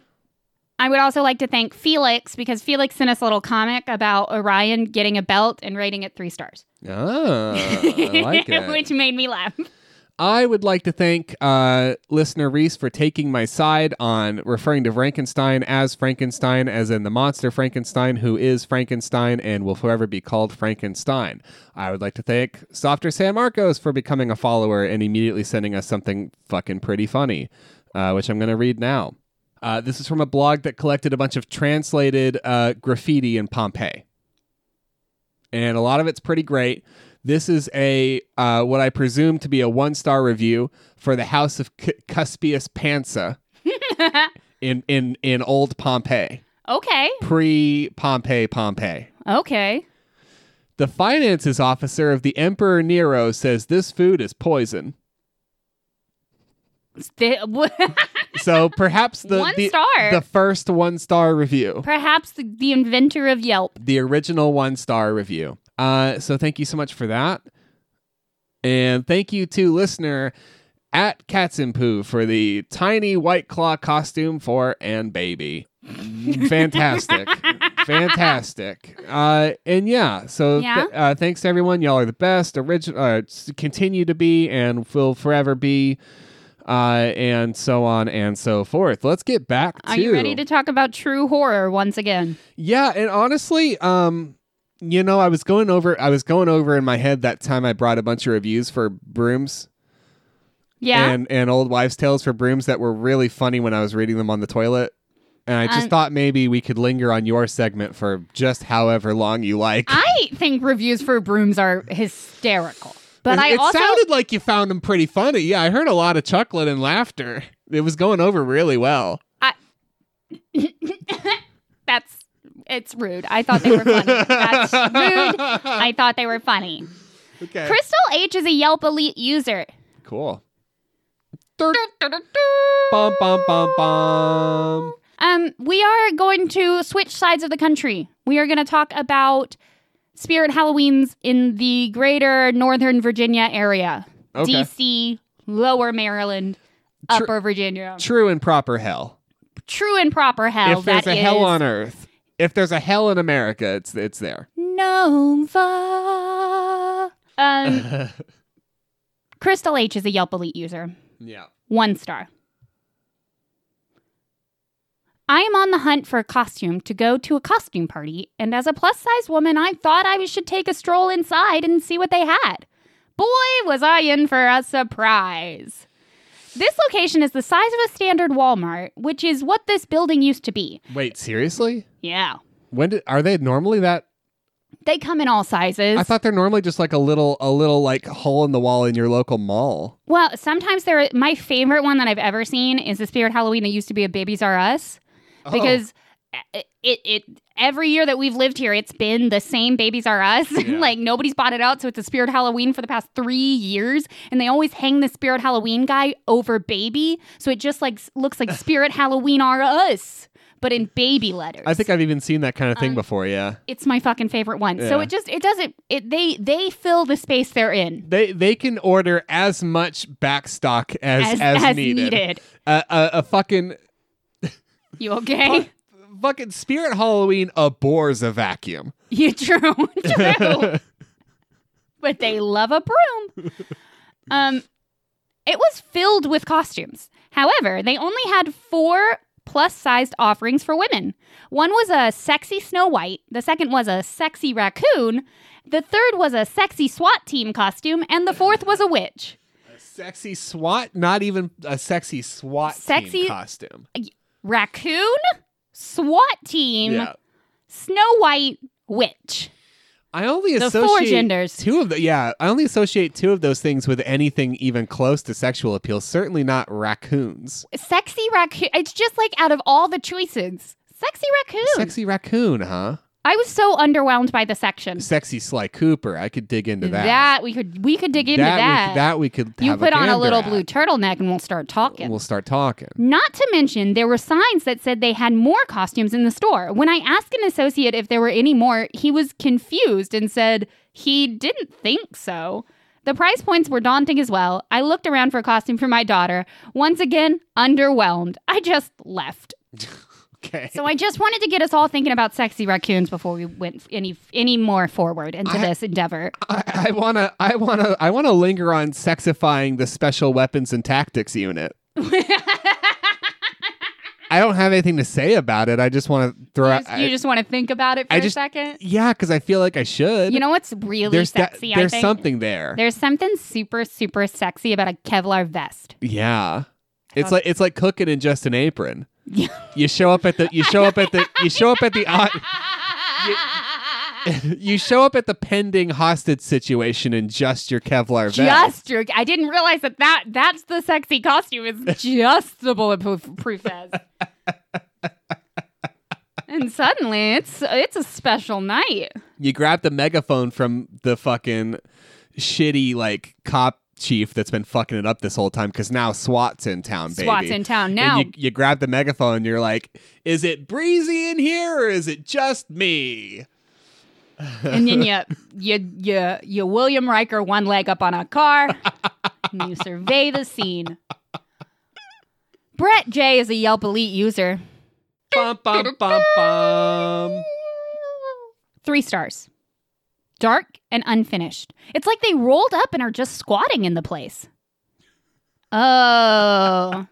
I would also like to thank Felix because Felix sent us a little comic about Orion getting a belt and rating it three stars,
Ah,
(laughs)
I like it.
which made me laugh.
I would like to thank uh, listener Reese for taking my side on referring to Frankenstein as Frankenstein, as in the monster Frankenstein, who is Frankenstein and will forever be called Frankenstein. I would like to thank Softer San Marcos for becoming a follower and immediately sending us something fucking pretty funny, uh, which I'm going to read now. Uh, this is from a blog that collected a bunch of translated uh, graffiti in Pompeii and a lot of it's pretty great. This is a uh, what I presume to be a one star review for the House of C- Cuspius
(laughs)
Pansa in in in old Pompeii,
okay,
pre Pompeii Pompeii.
okay.
The finances officer of the Emperor Nero says this food is poison.
Th-
So perhaps the
One
the,
star.
the first one star review,
(laughs) Perhaps the, the inventor of Yelp.
the original one star review. Uh, so thank you so much for that, and thank you to listener at Katzenpoo for the tiny white claw costume for and baby. Fantastic.
(laughs)
Fantastic. Uh, and yeah, so th-
Yeah?
uh, thanks to everyone. Y'all are the best. Original, uh, s- continue to be and will forever be, uh, and so on and so forth. Let's get back to
Are you ready to talk about true horror once again?
yeah, and honestly, um, you know, I was going over, I was going over in my head that time I brought a bunch of reviews for brooms
Yeah.
and and old wives' tales for brooms that were really funny when I was reading them on the toilet. And I just
Um,
thought maybe we could linger on your segment for just however long you like.
I think reviews for brooms are hysterical. But
it,
I
it
also
sounded like you found them pretty funny. Yeah, I heard a lot of chuckling and laughter. It was going over really well.
that's it's rude. I thought they were
(laughs)
funny. that's rude. I thought they were funny.
okay.
Crystal H is a Yelp elite user.
cool. Bum bum bum bum.
(laughs) Um, we are going to switch sides of the country. We are going to talk about Spirit Halloweens in the greater Northern Virginia area,
Okay.
DC, Lower Maryland,
Tru-
Upper Virginia.
True and proper hell.
True and proper hell.
if there's
Oh, that
a hell
is
on earth, if there's a hell in America, it's it's there.
Nova. (laughs) Um, (laughs) Crystal H is a Yelp elite user.
(laughs) yeah.
One star. I am on the hunt for a costume to go to a costume party, and as a plus size woman, I thought I should take a stroll inside and see what they had. Boy, was I in for a surprise! This location is the size of a standard Walmart, which is what this building used to be.
Wait, seriously?
Yeah.
When did, are they normally that?
They come in all sizes.
I thought they're normally just like a little a little like hole in the wall in your local mall.
Well, sometimes there. My favorite one that I've ever seen is the Spirit Halloween that used to be a Babies R Us Oh.
Oh.
because it, it it every year that we've lived here, it's been the same Babies R Us. (laughs)
Yeah.
like nobody's bought it out, so it's a Spirit Halloween for the past three years, and they always hang the Spirit Halloween guy over baby, so it just like s- looks
(laughs)
like Spirit Halloween R Us, but in baby letters.
I think I've even seen that kind of thing
Um,
before. Yeah,
it's my fucking favorite one. So
Yeah.
it just it doesn't it they they fill the space they're in
they they can order as much backstock as as, needed. A, a, a fucking
You okay?
fucking spirit Halloween abhors a
(laughs)
vacuum.
(laughs) You
(laughs)
true, Oh. true. but they love a broom. Um, It was filled with costumes. However, they only had four plus sized offerings for women. One was a sexy Snow White, the second was a sexy raccoon, the third was a sexy SWAT team costume, and the fourth was a witch.
Sexy SWAT, not even a sexy SWAT team
Sexy-
costume.
Raccoon, SWAT team,
Yeah.
Snow White, witch.
I only
The
associate
four genders.
two of the yeah. I only associate two of those things with anything even close to sexual appeal. Certainly not raccoons.
Sexy raccoon. It's just like out of all the choices, sexy raccoon.
Sexy raccoon, huh?
I was so underwhelmed by the section.
Sexy Sly Cooper. I could dig into that.
we could we could dig into
that,
that.
We, that we could.
you
have
put on a
gander
little
at.
blue turtleneck and we'll start talking.
We'll start talking. (laughs)
Not to mention, there were signs that said they had more costumes in the store. When I asked an associate if there were any more, he was confused and said he didn't think so. The price points were daunting as well. I looked around for a costume for my daughter. Once again, underwhelmed. I just left.
Okay.
So I just wanted to get us all thinking about sexy raccoons before we went any any more forward into
I-
this endeavor.
I, I wanna, I wanna, I wanna linger on sexifying the special weapons and tactics unit. I don't have anything to say about it. I just want to throw
You
out.
just, you
I-
just want to think about it for
I
a
just-
second.
yeah, because I feel like I should.
You know what's really
there's that-
sexy? I
there's
think?
something there.
There's something super super sexy about a Kevlar vest. (laughs)
Yeah. It's
Oh.
like it's like cooking in just an apron.
Yeah. (laughs)
You show up at the you show up at the you show up at the (laughs) you show up at the pending hostage situation in just your Kevlar vest.
Just your, I didn't realize that, that that's the sexy costume.
(laughs)
It's just the bulletproof proof vest. and suddenly, it's it's a special night.
You grab the megaphone from the fucking shitty like cop chief that's been fucking it up this whole time because now SWAT's in town, baby.
Swat's in town
And
now.
you, you grab the megaphone and you're like, is it breezy in here or is it just me?
(laughs) and then you you you you William Riker one leg up on a car, (laughs) and you survey the scene. Brett J is a Yelp Elite user,
bum bum bum bum.
three stars, dark and unfinished. It's like they rolled up and are just squatting in the place. Oh,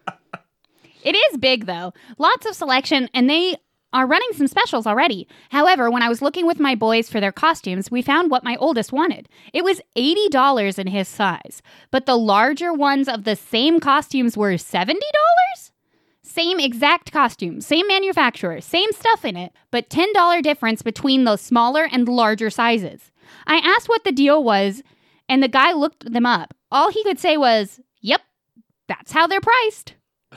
it is big though. Lots of selection, and they. Are running some specials already. However, when I was looking with my boys for their costumes, we found what my oldest wanted. It was $80 in his size, but the larger ones of the same costumes were $70? Same exact costume, same manufacturer, same stuff in it, but $10 difference between the smaller and larger sizes. I asked what the deal was, and the guy looked them up. All he could say was, Yep, that's how they're priced. (laughs)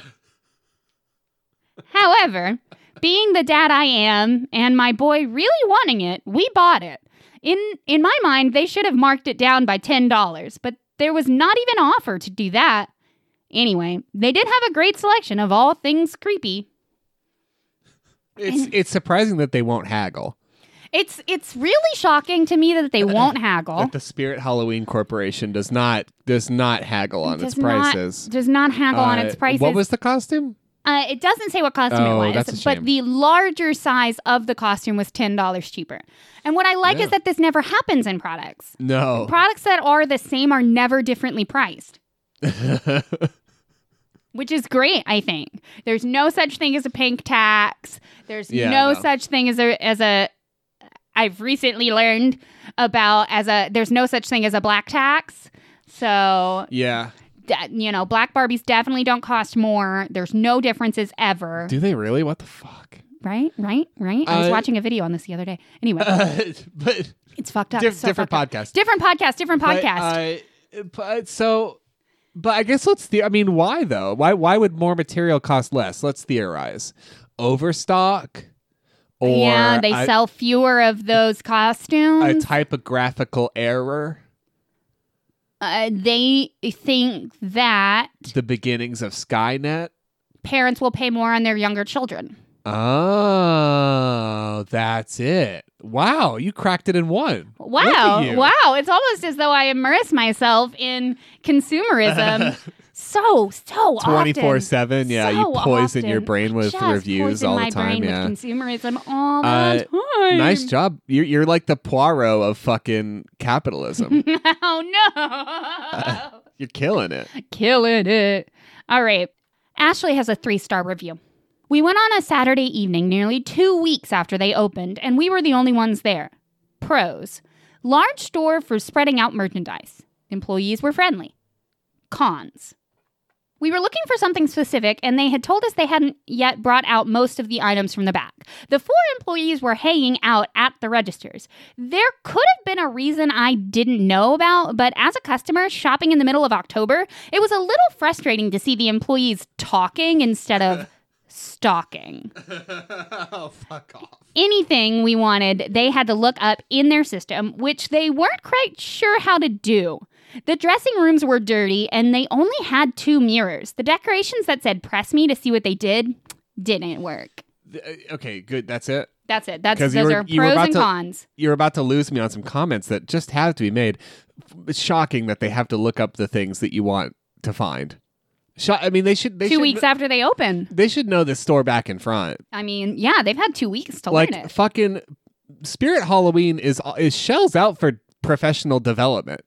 However, being the dad I am and my boy really wanting it, we bought it. In in my mind, they should have marked it down by $10, but there was not even an offer to do that. Anyway, they did have a great selection of all things creepy.
It's it's surprising that they won't haggle.
It's it's really shocking to me
Uh,
that they won't haggle.
That the Spirit Halloween Corporation does not does not haggle on its
Does not-
prices.
Does not haggle on its
Uh,
prices.
What was the costume?
Uh, it doesn't say what costume
Oh,
it was,
that's a shame.
but the larger size of the costume was ten dollars cheaper. And what I like
Yeah.
is that this never happens in products.
No.
Products that are the same are never differently priced, which is great. I think there's no such thing as a pink tax. There's
Yeah,
no,
no.
such thing as a as a. I've recently learned about as a there's no such thing as a black tax. So
(laughs) yeah.
that- you know, black Barbies definitely don't cost more. There's no differences ever.
Do they really? What the fuck?
Right, right, right. I was
Uh,
watching a video on this the other day.
(laughs)
Anyway,
but
it's fucked up.
diff-
It's so
different
fucked up.
podcast.
Different podcast. Different
But,
podcast.
uh, but so, but I guess let's. The- I mean, why though? Why why would more material cost less? Let's theorize. Overstock, or
yeah, they
a-
sell fewer of those
a
costumes.
typographical error.
uh, they think that
The beginnings of Skynet.
parents will pay more on their younger children.
Oh, that's it. Wow, you cracked it in one. Look at
Wow.
you. (laughs)
Wow. It's almost as though I immerse myself in
(laughs)
consumerism so, so often.
24 7. Yeah, you
So
poison your
often.
brain with
Just
reviews
poison
all
my
the time.
brain
Yeah.
With consumerism all
Uh,
the time. (laughs)
nice job. You're, you're
(laughs)
like the Poirot of fucking capitalism.
oh no. (laughs)
You're killing it.
Killing it. All right. Ashley has a three star review. We went on a Saturday evening nearly two weeks after they opened, and we were the only ones there. Pros large store for spreading out merchandise. Employees were friendly. Cons we were looking for something specific, and they had told us they hadn't yet brought out most of the items from the back. The four employees were hanging out at the registers. There could have been a reason I didn't know about, but as a customer shopping in the middle of October, it was a little frustrating to see the employees talking instead of stalking
(laughs) oh, fuck off.
anything we wanted, they had to look up in their system, which they weren't quite sure how to do. The dressing rooms were dirty and they only had two mirrors. The decorations that said press me to see what they did didn't work.
uh, Okay, good. That's it.
That's it. That's
'Cause you
those
were-
are
you were
pros
about
and
to-
cons.
You're about to lose me on some comments that just have to be made. It's shocking that they have to look up the things that you want to find. Sho- I mean, they should. They
Two
should,
weeks after they open.
They should know this store back and front.
I mean, yeah, they've had two weeks to
like
learn it.
fucking Spirit Halloween is is shells out for professional development.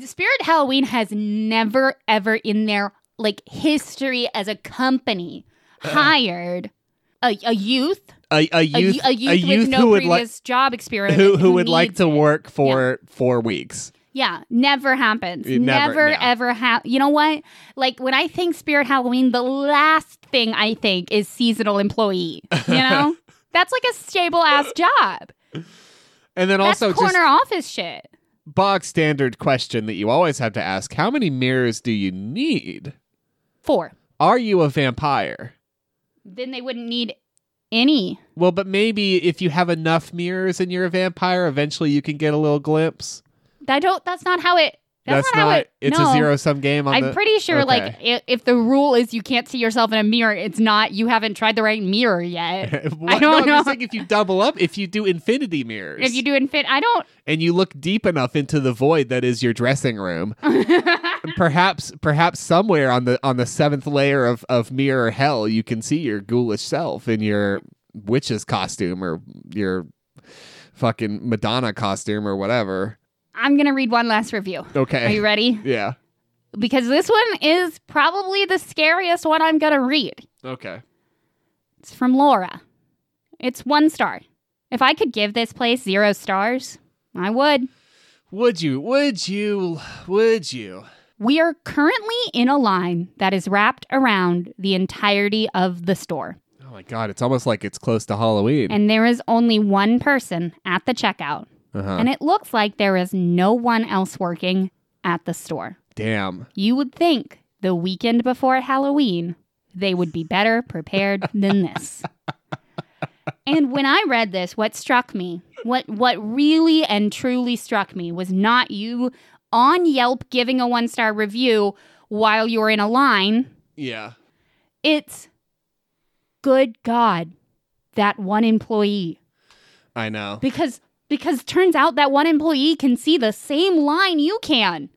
Spirit Halloween has never, ever in their like history as a company
Uh-uh.
hired a, a youth
A, a
a,
youth,
y- a youth, with no
who would like
previous job experience
who who would like
needs
to
it.
work for four weeks.
yeah never happens
It never-
never,
no.
ever ha- you know what like when i think spirit halloween the last thing i think is seasonal employee
(laughs)
you know that's like a stable ass job
And then
that's
also just
corner office shit
bog standard question that you always have to ask: How many mirrors do you need?
four
Are you a vampire?
then they wouldn't need any
Well, but maybe if you have enough mirrors and you're a vampire, eventually you can get a little glimpse.
i don't that's not how it that's, not, how it
it's
no.
a zero sum game. On
I'm
the,
pretty sure, like,
okay.
i- if the rule is you can't see yourself in a mirror, it's not you haven't tried the right mirror yet.
(laughs) What?
don't
no, I'm just
know.
saying if you double up, if you do infinity mirrors,
if you do infant, I don't.
and you look deep enough into the void that is your dressing room,
(laughs)
(laughs) perhaps perhaps somewhere on the on the seventh layer of of mirror hell, you can see your ghoulish self in your witch's costume or your fucking Madonna costume or whatever.
I'm gonna read one last review.
Okay.
Are you ready?
(laughs) Yeah.
Because this one is probably the scariest one I'm gonna read.
Okay.
It's from Laura. It's one star. If I could give this place zero stars, I would.
Would you? Would you? Would you?
We are currently in a line that is wrapped around the entirety of the store.
Oh my god! It's almost like it's close to Halloween.
And there is only one person at the checkout.
uh-huh.
And it looks like there is no one else working at the store.
Damn.
You would think the weekend before Halloween, they would be better prepared than this. And when I read this, what struck me, what what really and truly struck me was not you on Yelp giving a one-star review while you're in a line.
Yeah.
It's good god that one employee
I know.
because because turns out that one employee can see the same line you can.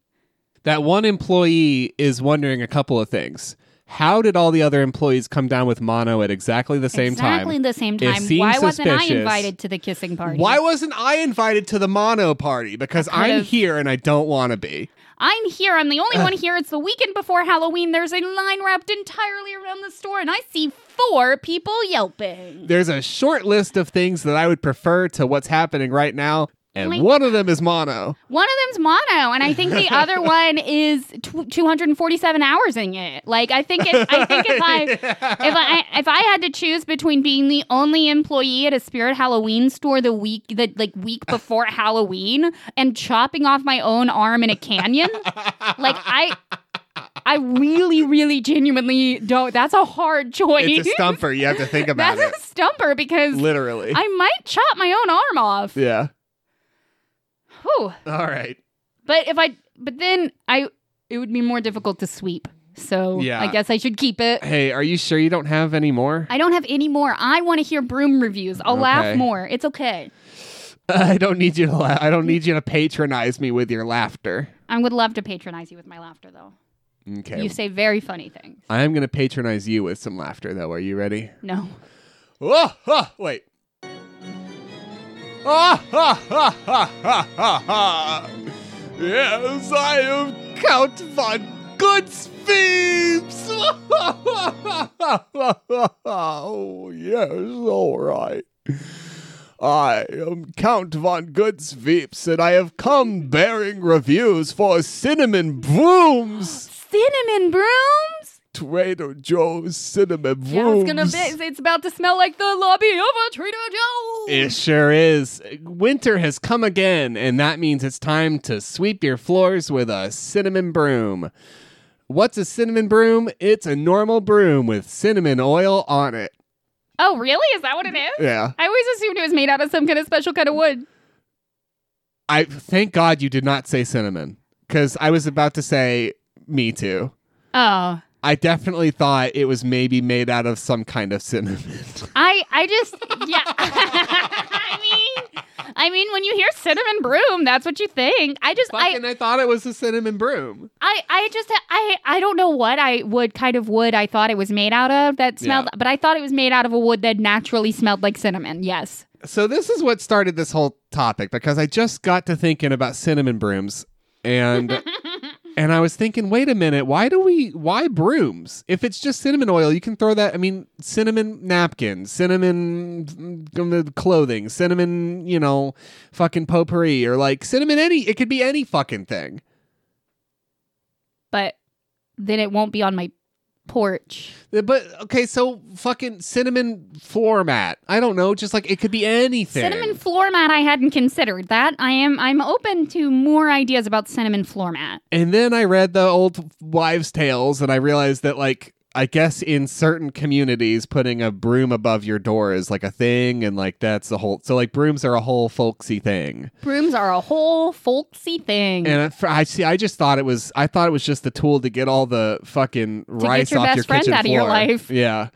that one employee is wondering a couple of things. How did all the other employees come down with mono at exactly the same
exactly
time?
the same
It
time.
seems
Why wasn't I
suspicious.
invited to the kissing party?
Why wasn't I invited to the mono party? Because
I
I'm
could've-
here and I don't want to be.
I'm here. I'm the
Uh.
only one here. It's the weekend before Halloween. There's a line wrapped entirely around the store, and I see four people yelping.
There's a short list of things that I would prefer to what's happening right now, and
Like-
one of them is mono.
One of them's mono, and I think
(laughs)
the other one is tw 247 hours in it. Like I think if I
(laughs)
think if I if I if I had to choose between being the only employee at a Spirit Halloween store the week the like week
(laughs)
before Halloween and chopping off my own arm in a canyon, like I I really really genuinely don't. That's a hard choice.
it's a stumper. You have to
(laughs)
think about
that's
it.
a stumper because
(laughs) Literally.
I might chop my own arm off.
yeah.
Whew.
All right.
But if I but then I it would be more difficult to sweep. So
Yeah.
I guess I should keep it.
Hey, are you sure you don't have any more?
I don't have any more. I want to hear broom reviews. I'll
Okay.
laugh more. It's okay.
(laughs) I don't need you to. La- I don't need you to patronize me with your laughter.
I would love to patronize you with my laughter, though.
Okay.
You say very funny things.
I am going to patronize you with some laughter, though. Are you ready?
No.
Oh, oh, wait. (laughs) Ah, ha, ha, ha, ha, ha, ha. Yes, I have Count von Goodspeeps! oh, (laughs) yes, all right. I am Count von Goodspeeps, and I have come bearing reviews for Cinnamon Brooms!
Cinnamon brooms?
Trader Joe's Cinnamon Brooms.
Yeah, it's gonna be, it's about to smell like the lobby of a Trader Joe's.
It sure is. Winter has come again, and that means it's time to sweep your floors with a cinnamon broom. What's a cinnamon broom? It's a normal broom with cinnamon oil on it.
Oh, really? Is that what it is?
Yeah.
I always assumed it was made out of some kind of special kind of wood.
I thank God you did not say cinnamon cuz I was about to say me too.
Oh,
I definitely thought it was maybe made out of some kind of cinnamon.
I I just yeah. (laughs) I mean, I mean, when you hear cinnamon broom, that's what you think. I just I,
Fucking I thought it was a cinnamon broom.
I I just I I don't know what I would kind of wood I thought it was made out of that smelled,
Yeah.
but I thought it was made out of a wood that naturally smelled like cinnamon. Yes.
So this is what started this whole topic because I just got to thinking about cinnamon brooms and and I was thinking, wait a minute, why do we why brooms? If it's just cinnamon oil, you can throw that I mean cinnamon napkins, cinnamon mm, clothing, cinnamon, you know, fucking potpourri or like cinnamon any it could be any fucking thing.
but then it won't be on my porch.
Uh, But okay, so fucking cinnamon floor mat. I don't know, just like it could be anything.
Cinnamon floor mat, I hadn't considered that. I am I'm open to more ideas about cinnamon floor mat.
And then I read the old wives' tales and I realized that, like, I guess in certain communities, putting a broom above your door is like a thing. And, like, that's the whole. So, like, brooms are a whole folksy thing.
Brooms are a whole folksy thing.
And I- for- I see, I just thought it was, I thought it was just the tool to get all the fucking
get
rice
your
off
best
your
friend
kitchen
out of your
floor.
life.
Yeah.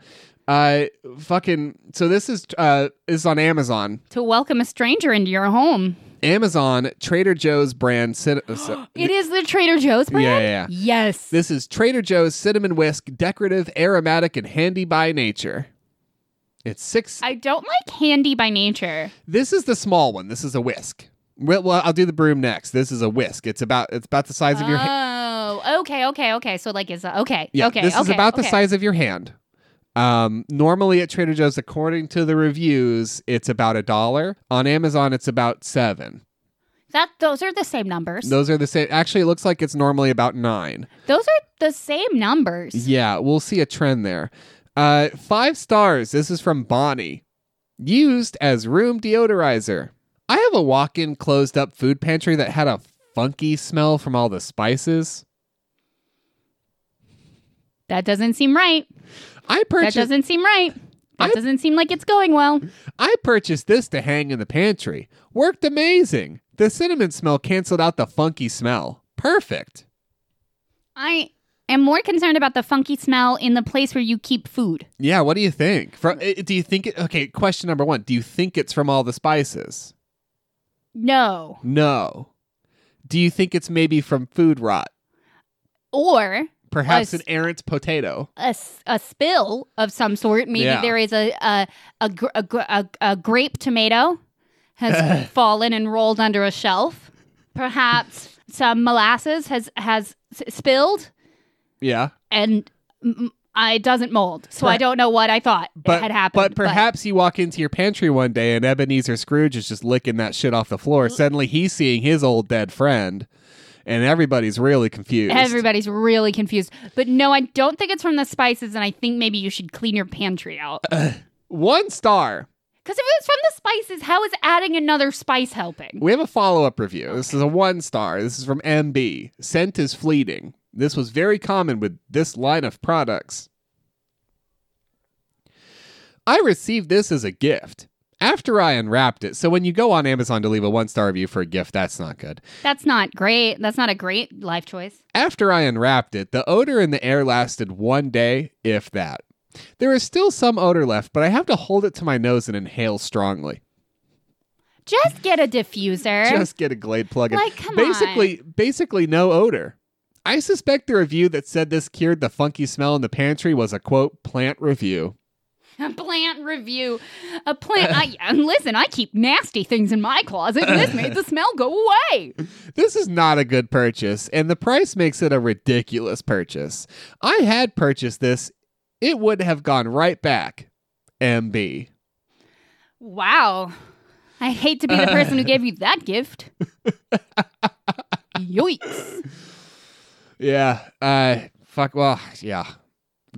Uh, fucking. So this is uh is on Amazon.
to welcome a stranger into your home.
Amazon Trader Joe's brand. Cin- uh,
It is the Trader Joe's brand.
yeah, yeah.
Yes.
This is Trader Joe's cinnamon whisk, decorative, aromatic, and handy by nature. It's six.
I don't like handy by nature.
this is the small one. This is a whisk. Well, well, I'll do the broom next. This is a whisk. It's about it's about the size of your hand.
Oh, okay, okay, okay. So like is okay.
Yeah,
okay.
this
okay,
is about
okay.
the size of your hand. Um, normally at Trader Joe's, according to the reviews, it's about a dollar. On Amazon, it's about seven.
That those are the same numbers.
Those are the same. Actually, it looks like it's normally about nine.
Those are the same numbers.
Yeah, we'll see a trend there. Uh, five stars. This is from Bonnie. Used as room deodorizer. I have a walk in closed up food pantry that had a funky smell from all the spices.
That doesn't seem right.
I
That
purchased
doesn't seem right. That
I-
doesn't seem like it's going well.
I purchased this to hang in the pantry. Worked amazing. The cinnamon smell canceled out the funky smell. Perfect.
I am more concerned about the funky smell in the place where you keep food.
Yeah, what do you think? From eh, do you think it Okay, question number 1. Do you think it's from all the spices?
No.
No. Do you think it's maybe from food rot?
Or
perhaps
Us.
an errant potato.
a, s- a spill of some sort. Maybe
Yeah.
there is a a, a, gr- a, gr- a, a grape tomato
(laughs)
has fallen and rolled under a shelf. Perhaps some molasses has has s- spilled
Yeah,
and mm, I- it doesn't mold. So I
Perha-
don't know what I thought
but
had happened.
but perhaps you walk into your pantry one day and Ebenezer Scrooge is just licking that shit off the floor. Suddenly he's seeing his old dead friend, and everybody's really confused.
Everybody's really confused. But no, I don't think it's from the spices, and I think maybe you should clean your pantry out.
Uh, One star.
Because if it's from the spices, how is adding another spice helping?
We have a follow up review. This is a one star. This is from MB. Scent is fleeting. This was very common with this line of products. I received this as a gift after I unwrapped it. So when you go on Amazon to leave a one star review for a gift, that's not good.
That's not great. That's not a great life choice.
After I unwrapped it, the odor in the air lasted one day, if that. There is still some odor left, but I have to hold it to my nose and inhale strongly.
Just get a diffuser.
Just get a Glade plug-in.
Eh? Like, come
basically, basically no odor. I suspect the review that said this cured the funky smell in the pantry was a quote plant review.
(laughs) a plant review. A plant. I, (laughs) and listen, I keep nasty things in my closet, and this made the smell go away.
This is not a good purchase, and the price makes it a ridiculous purchase. I had purchased this, it would have gone right back. MB.
Wow. I hate to be the person who gave you
(laughs)
that gift. Yikes.
Yeah. Uh fuck well, yeah.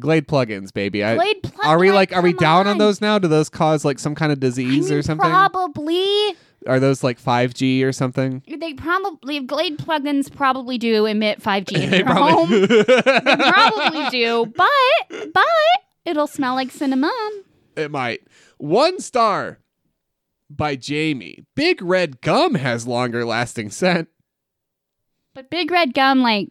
Glade plugins, baby. I,
Blade plug
Uh, are we
light,
like are we
come
down on. those now? Do those cause like some kind of
I
disease
mean,
or something?
Probably.
are those like 5G or something? (laughs)
They probably Glade plugins probably do emit 5G in
They
your home.
(laughs)
They probably do, but but it'll smell like cinnamon.
It might. One star by Jamie. Big red gum has longer lasting scent.
But big red gum like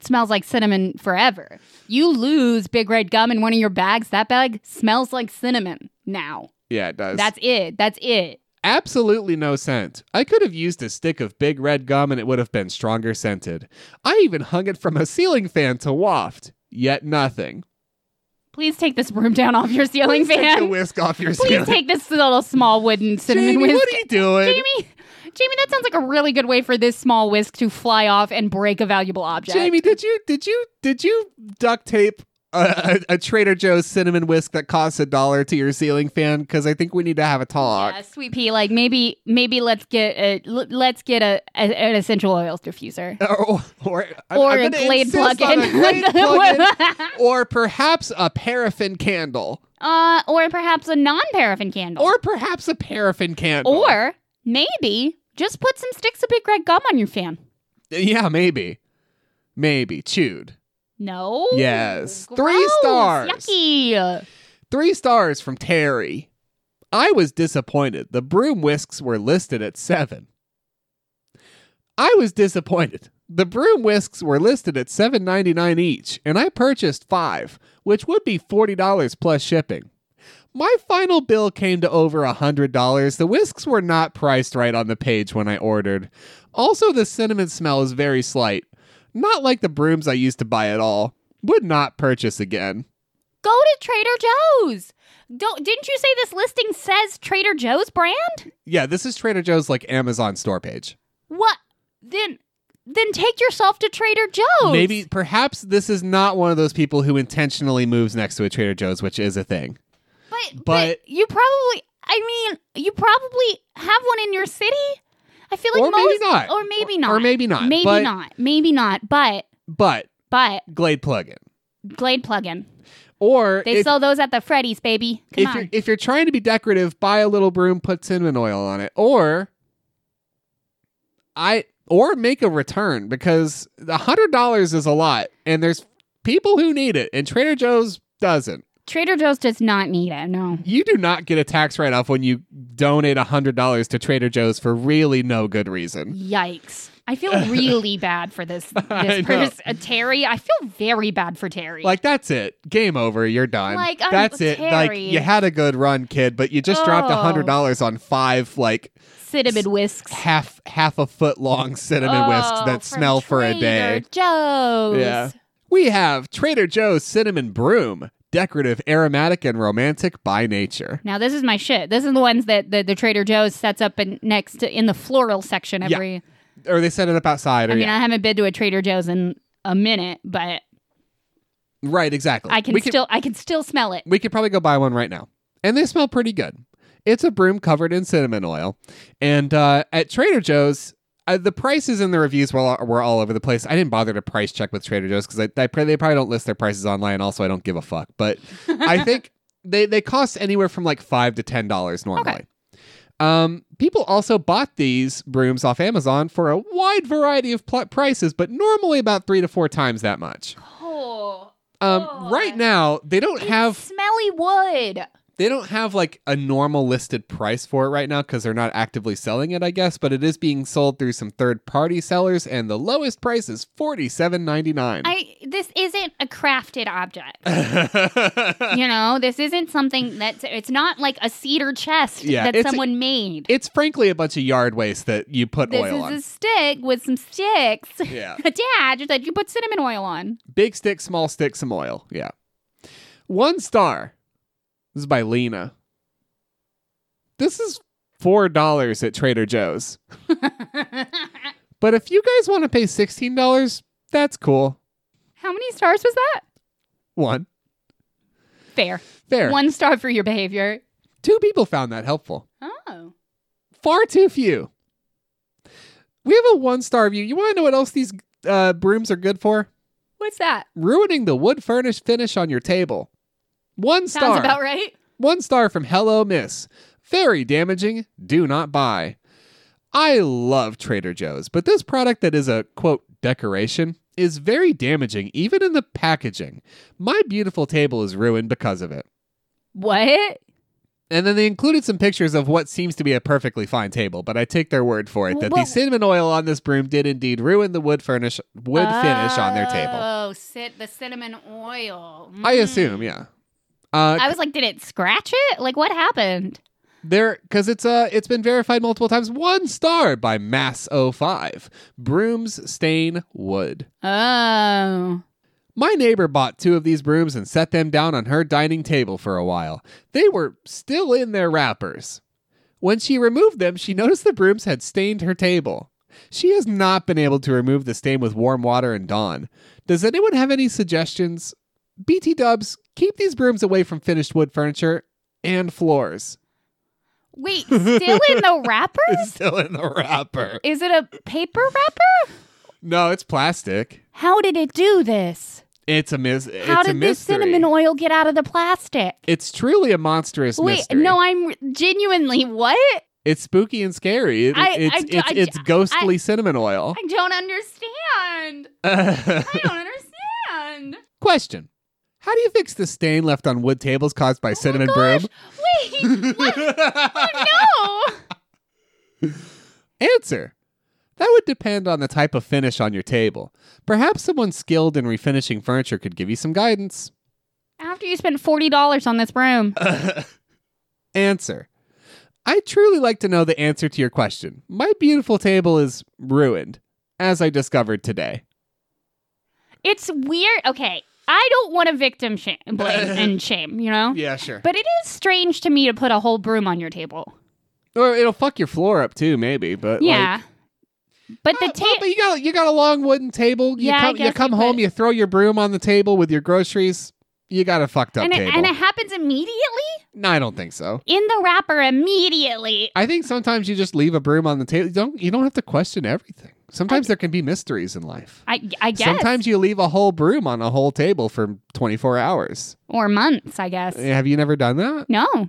smells like cinnamon forever. You lose big red gum in one of your bags, that bag smells like cinnamon now.
Yeah, it does.
That's it. That's it.
absolutely no scent. I could have used a stick of big red gum and it would have been stronger scented. I even hung it from a ceiling fan to waft. Yet nothing.
Please take this broom down off your ceiling
Please Take the
fan.
whisk off your
(laughs) Please
ceiling.
take this little small wooden cinnamon
Jamie,
whisk.
what are you doing?
Jamie, Jamie, that sounds like a really good way for this small whisk to fly off and break a valuable object.
Jamie, did you did you did you duct tape a, a, a Trader Joe's cinnamon whisk that costs a dollar to your ceiling fan? Because I think we need to have a talk.
Yeah, sweet pea. Like maybe, maybe let's get a l- let's get a, a an essential oils
(laughs)
diffuser
or or, Uh, I'm-
or
I'm
a
gonna
Glade
insist on
plug-in,
a
(laughs)
Glade plug-in, or perhaps a paraffin candle,
uh, or perhaps a non-paraffin candle,
or perhaps a paraffin candle,
Oh. or maybe just put some sticks of big red gum on your fan.
yeah, maybe, maybe chewed.
No.
Yes. Three
Gross.
stars.
Yucky.
Three stars from Terry. I was disappointed. The broom whisks were listed at seven. I was disappointed. The broom whisks were listed at seven ninety nine each, and I purchased five, which would be forty dollars plus shipping. My final bill came to over a hundred dollars. The whisks were not priced right on the page when I ordered. Also, the cinnamon smell is very slight, not like the brooms I used to buy at all. Would not purchase again.
Go to Trader Joe's. Don't didn't you say this listing says Trader Joe's brand?
Yeah, this is Trader Joe's like Amazon store page.
What? Then then take yourself to Trader Joe's.
Maybe, perhaps this is not one of those people who intentionally moves next to a Trader Joe's, which is a thing.
But, but
But-
you probably I mean, you probably have one in your city. I feel like
Or maybe
most
not.
or maybe not.
Or maybe not.
Maybe
but,
not. Maybe not. But
But
but
Glade plug-in.
Glade plug-in.
Or
They
if,
sell those at the Freddy's, baby. Come
if
on.
you're if you're trying to be decorative, buy a little broom, put cinnamon oil on it. Or I or make a return because a hundred dollars is a lot, and there's people who need it, and Trader Joe's doesn't.
Trader Joe's does not need it. No.
You do not get a tax write off when you donate $100 to Trader Joe's for really no good reason.
Yikes.
(laughs)
I feel really bad for this
I
this
know.
person. Uh, Terry, I feel very bad for Terry.
Like, that's it. Game over. You're done.
Like, I'm
that's it. Like,
Terry.
you had a good run, kid, but you just dropped
Oh.
$100 on five, like,
cinnamon whisks.
half half a foot long cinnamon whisks
Oh,
that
from
smell for a day.
Trader Joe's.
Yeah. We have Trader Joe's Cinnamon Broom, decorative, aromatic, and romantic by nature.
Now this is my shit. This is the ones that the, the Trader Joe's sets up in, next to, in the floral section
Yeah.
every.
Or they set it up outside. Or
I mean,
yeah.
I haven't been to a Trader Joe's in a minute, but
right, exactly.
I can
We
still I can still smell it.
We could probably go buy one right now. And they smell pretty good. It's a broom covered in cinnamon oil. And uh, at Trader Joe's, uh, the prices in the reviews were all, were all over the place. I didn't bother to price check with Trader Joe's because I, I pray they probably don't list their prices online. Also, I don't give a fuck. But I think they, they cost anywhere from like five to ten dollars normally.
Okay.
Um, people also bought these brooms off Amazon for a wide variety of pl- prices, but normally about three to four times that much.
Oh,
Um,
Oh.
Right now, they don't have
smelly wood.
they don't have like a normal listed price for it right now because they're not actively selling it, I guess, but it is being sold through some third party sellers, and the lowest price is forty seven ninety nine.
I this isn't a crafted object.
(laughs)
you know, this isn't something that's it's not like a cedar chest
Yeah,
that
it's a-
someone made.
(laughs) it's frankly a bunch of yard waste that you put
This
oil
is
on. (laughs)
a stick with some sticks (laughs)
Yeah.
attached that you put cinnamon oil on. (laughs)
Big stick, small stick, some oil. Yeah. One star This is by Lena. This is $4 at Trader Joe's. But if you guys want to pay $16, that's cool.
How many stars was that?
One.
Fair.
Fair.
One star for your behavior.
Two people found that helpful.
Oh.
Far too few. We have a one star view. You want to know what else these uh, brooms are good for?
What's that?
Ruining the wood furnished finish on your table. One star.
Sounds about right.
One star from Hello Miss. Very damaging. Do not buy. I love Trader Joe's, but this product that is a quote decoration is very damaging, even in the packaging. My beautiful table is ruined because of it.
What?
And then they included some pictures of what seems to be a perfectly fine table, but I take their word for it that the
Well-
cinnamon oil on this broom did indeed ruin the wood furnish wood finish on their table.
Oh, sit the cinnamon oil.
I
Mm.
assume, yeah. Uh,
I was like, did it scratch it? Like, what happened?
There, because it's uh, it's been verified multiple times. One star by Mass05. Brooms stain wood.
Oh.
My neighbor bought two of these brooms and set them down on her dining table for a while. They were still in their wrappers. When she removed them, she noticed the brooms had stained her table. She has not been able to remove the stain with warm water and Dawn. Does anyone have any suggestions? BT dubs, keep these brooms away from finished wood furniture and floors. (laughs)
Wait, still in the wrapper?
It's still in the wrapper.
Is it a paper wrapper?
No, it's plastic.
How did it do this?
It's a mis.
How
it's a
did this
mystery.
cinnamon oil get out of the plastic?
It's truly a monstrous
Wait,
mystery.
no, I'm genuinely what?
it's spooky and scary. It-
I-
it's
I-
it's,
I-
it's ghostly cinnamon oil.
I don't understand.
(laughs)
I don't understand. Oh
Question: How do you fix the stain left on wood tables caused
Oh
by cinnamon broom?
(laughs)
(laughs)
Wait, Oh, no.
Answer. That would depend on the type of finish on your table. Perhaps someone skilled in refinishing furniture could give you some
(laughs)
guidance.
After you spent forty dollars on this broom,
Answer. I truly like to know the answer to your question. My beautiful table is ruined, as I discovered today.
it's weird. Okay, I don't want to victim shame,
(laughs)
blame and shame. You know,
Yeah, sure.
but it is strange to me to put a whole broom on your table.
Or it'll fuck your floor up too, maybe. But
yeah,
like,
but the
Uh, well,
table.
but you got you got a long wooden table. You
Yeah, I
come, you
guess
come
you
home,
could-
you throw your broom on the table with your groceries. You got a fucked up
And it,
table.
and it happens immediately
no, I don't think so.
in the wrapper immediately.
I think sometimes you just leave a broom on the table. You don't you don't have to question everything. Sometimes there can be mysteries in life.
I, I guess.
Sometimes you leave a whole broom on a whole table for 24 hours.
or months, I guess.
Have you never done that?
No.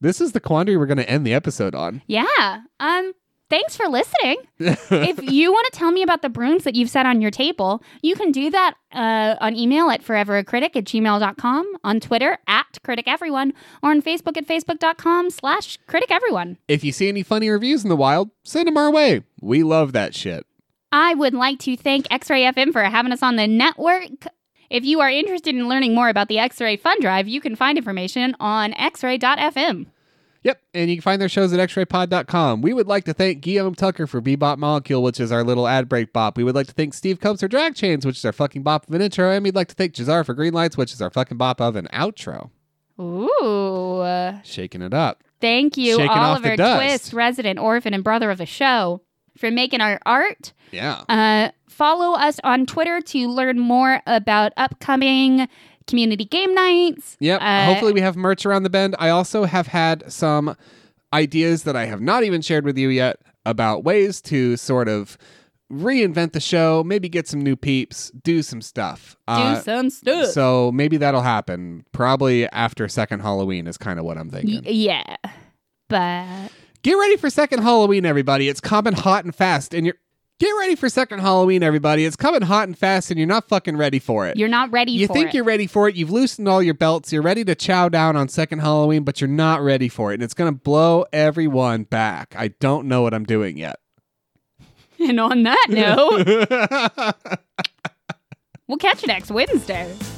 This is the quandary we're going to end the episode on. (laughs)
Yeah. Um thanks for listening. if you want to tell me about the brooms that you've set on your table, you can do that uh, on email at foreveracritic at gmail.com, on Twitter at critic everyone, or on Facebook at facebook.com slash critic everyone.
If you see any funny reviews in the wild, send them our way. We love that shit.
I would like to thank X Ray FM for having us on the network. If you are interested in learning more about the X Ray Fun Drive, you can find information on xray.fm.
Yep, and you can find their shows at xraypod.com. We would like to thank Guillaume Tucker for Bebop Molecule, which is our little ad break bop. We would like to thank Steve Combs for Drag Chains, which is our fucking bop of an intro, and we'd like to thank Jazar for Green Lights, which is our fucking bop of an outro.
Ooh.
Shaking it up.
Thank you,
Shaking off the
Oliver
dust.
Twist, resident orphan and brother of the show, for making our art.
Yeah.
Uh, follow us on Twitter to learn more about upcoming community game nights.
Yep.
Uh,
Hopefully, we have merch around the bend. I also have had some ideas that I have not even shared with you yet about ways to sort of reinvent the show, maybe get some new peeps, do some stuff.
Do
Uh,
some stuff.
so maybe that'll happen. Probably after second Halloween is kind of what I'm
Y-
thinking.
yeah. But
Get ready for second Halloween, everybody. It's coming hot and fast, and you're get ready for second Halloween, everybody. It's coming hot and fast, and you're not fucking ready for it.
you're not ready
You
for
think
it. (laughs)
you're ready for it. You've loosened all your belts. You're ready to chow down on second Halloween, but you're not ready for it. And it's going to blow everyone back. I don't know what I'm doing yet. (laughs)
and on that note, we'll catch you next Wednesday.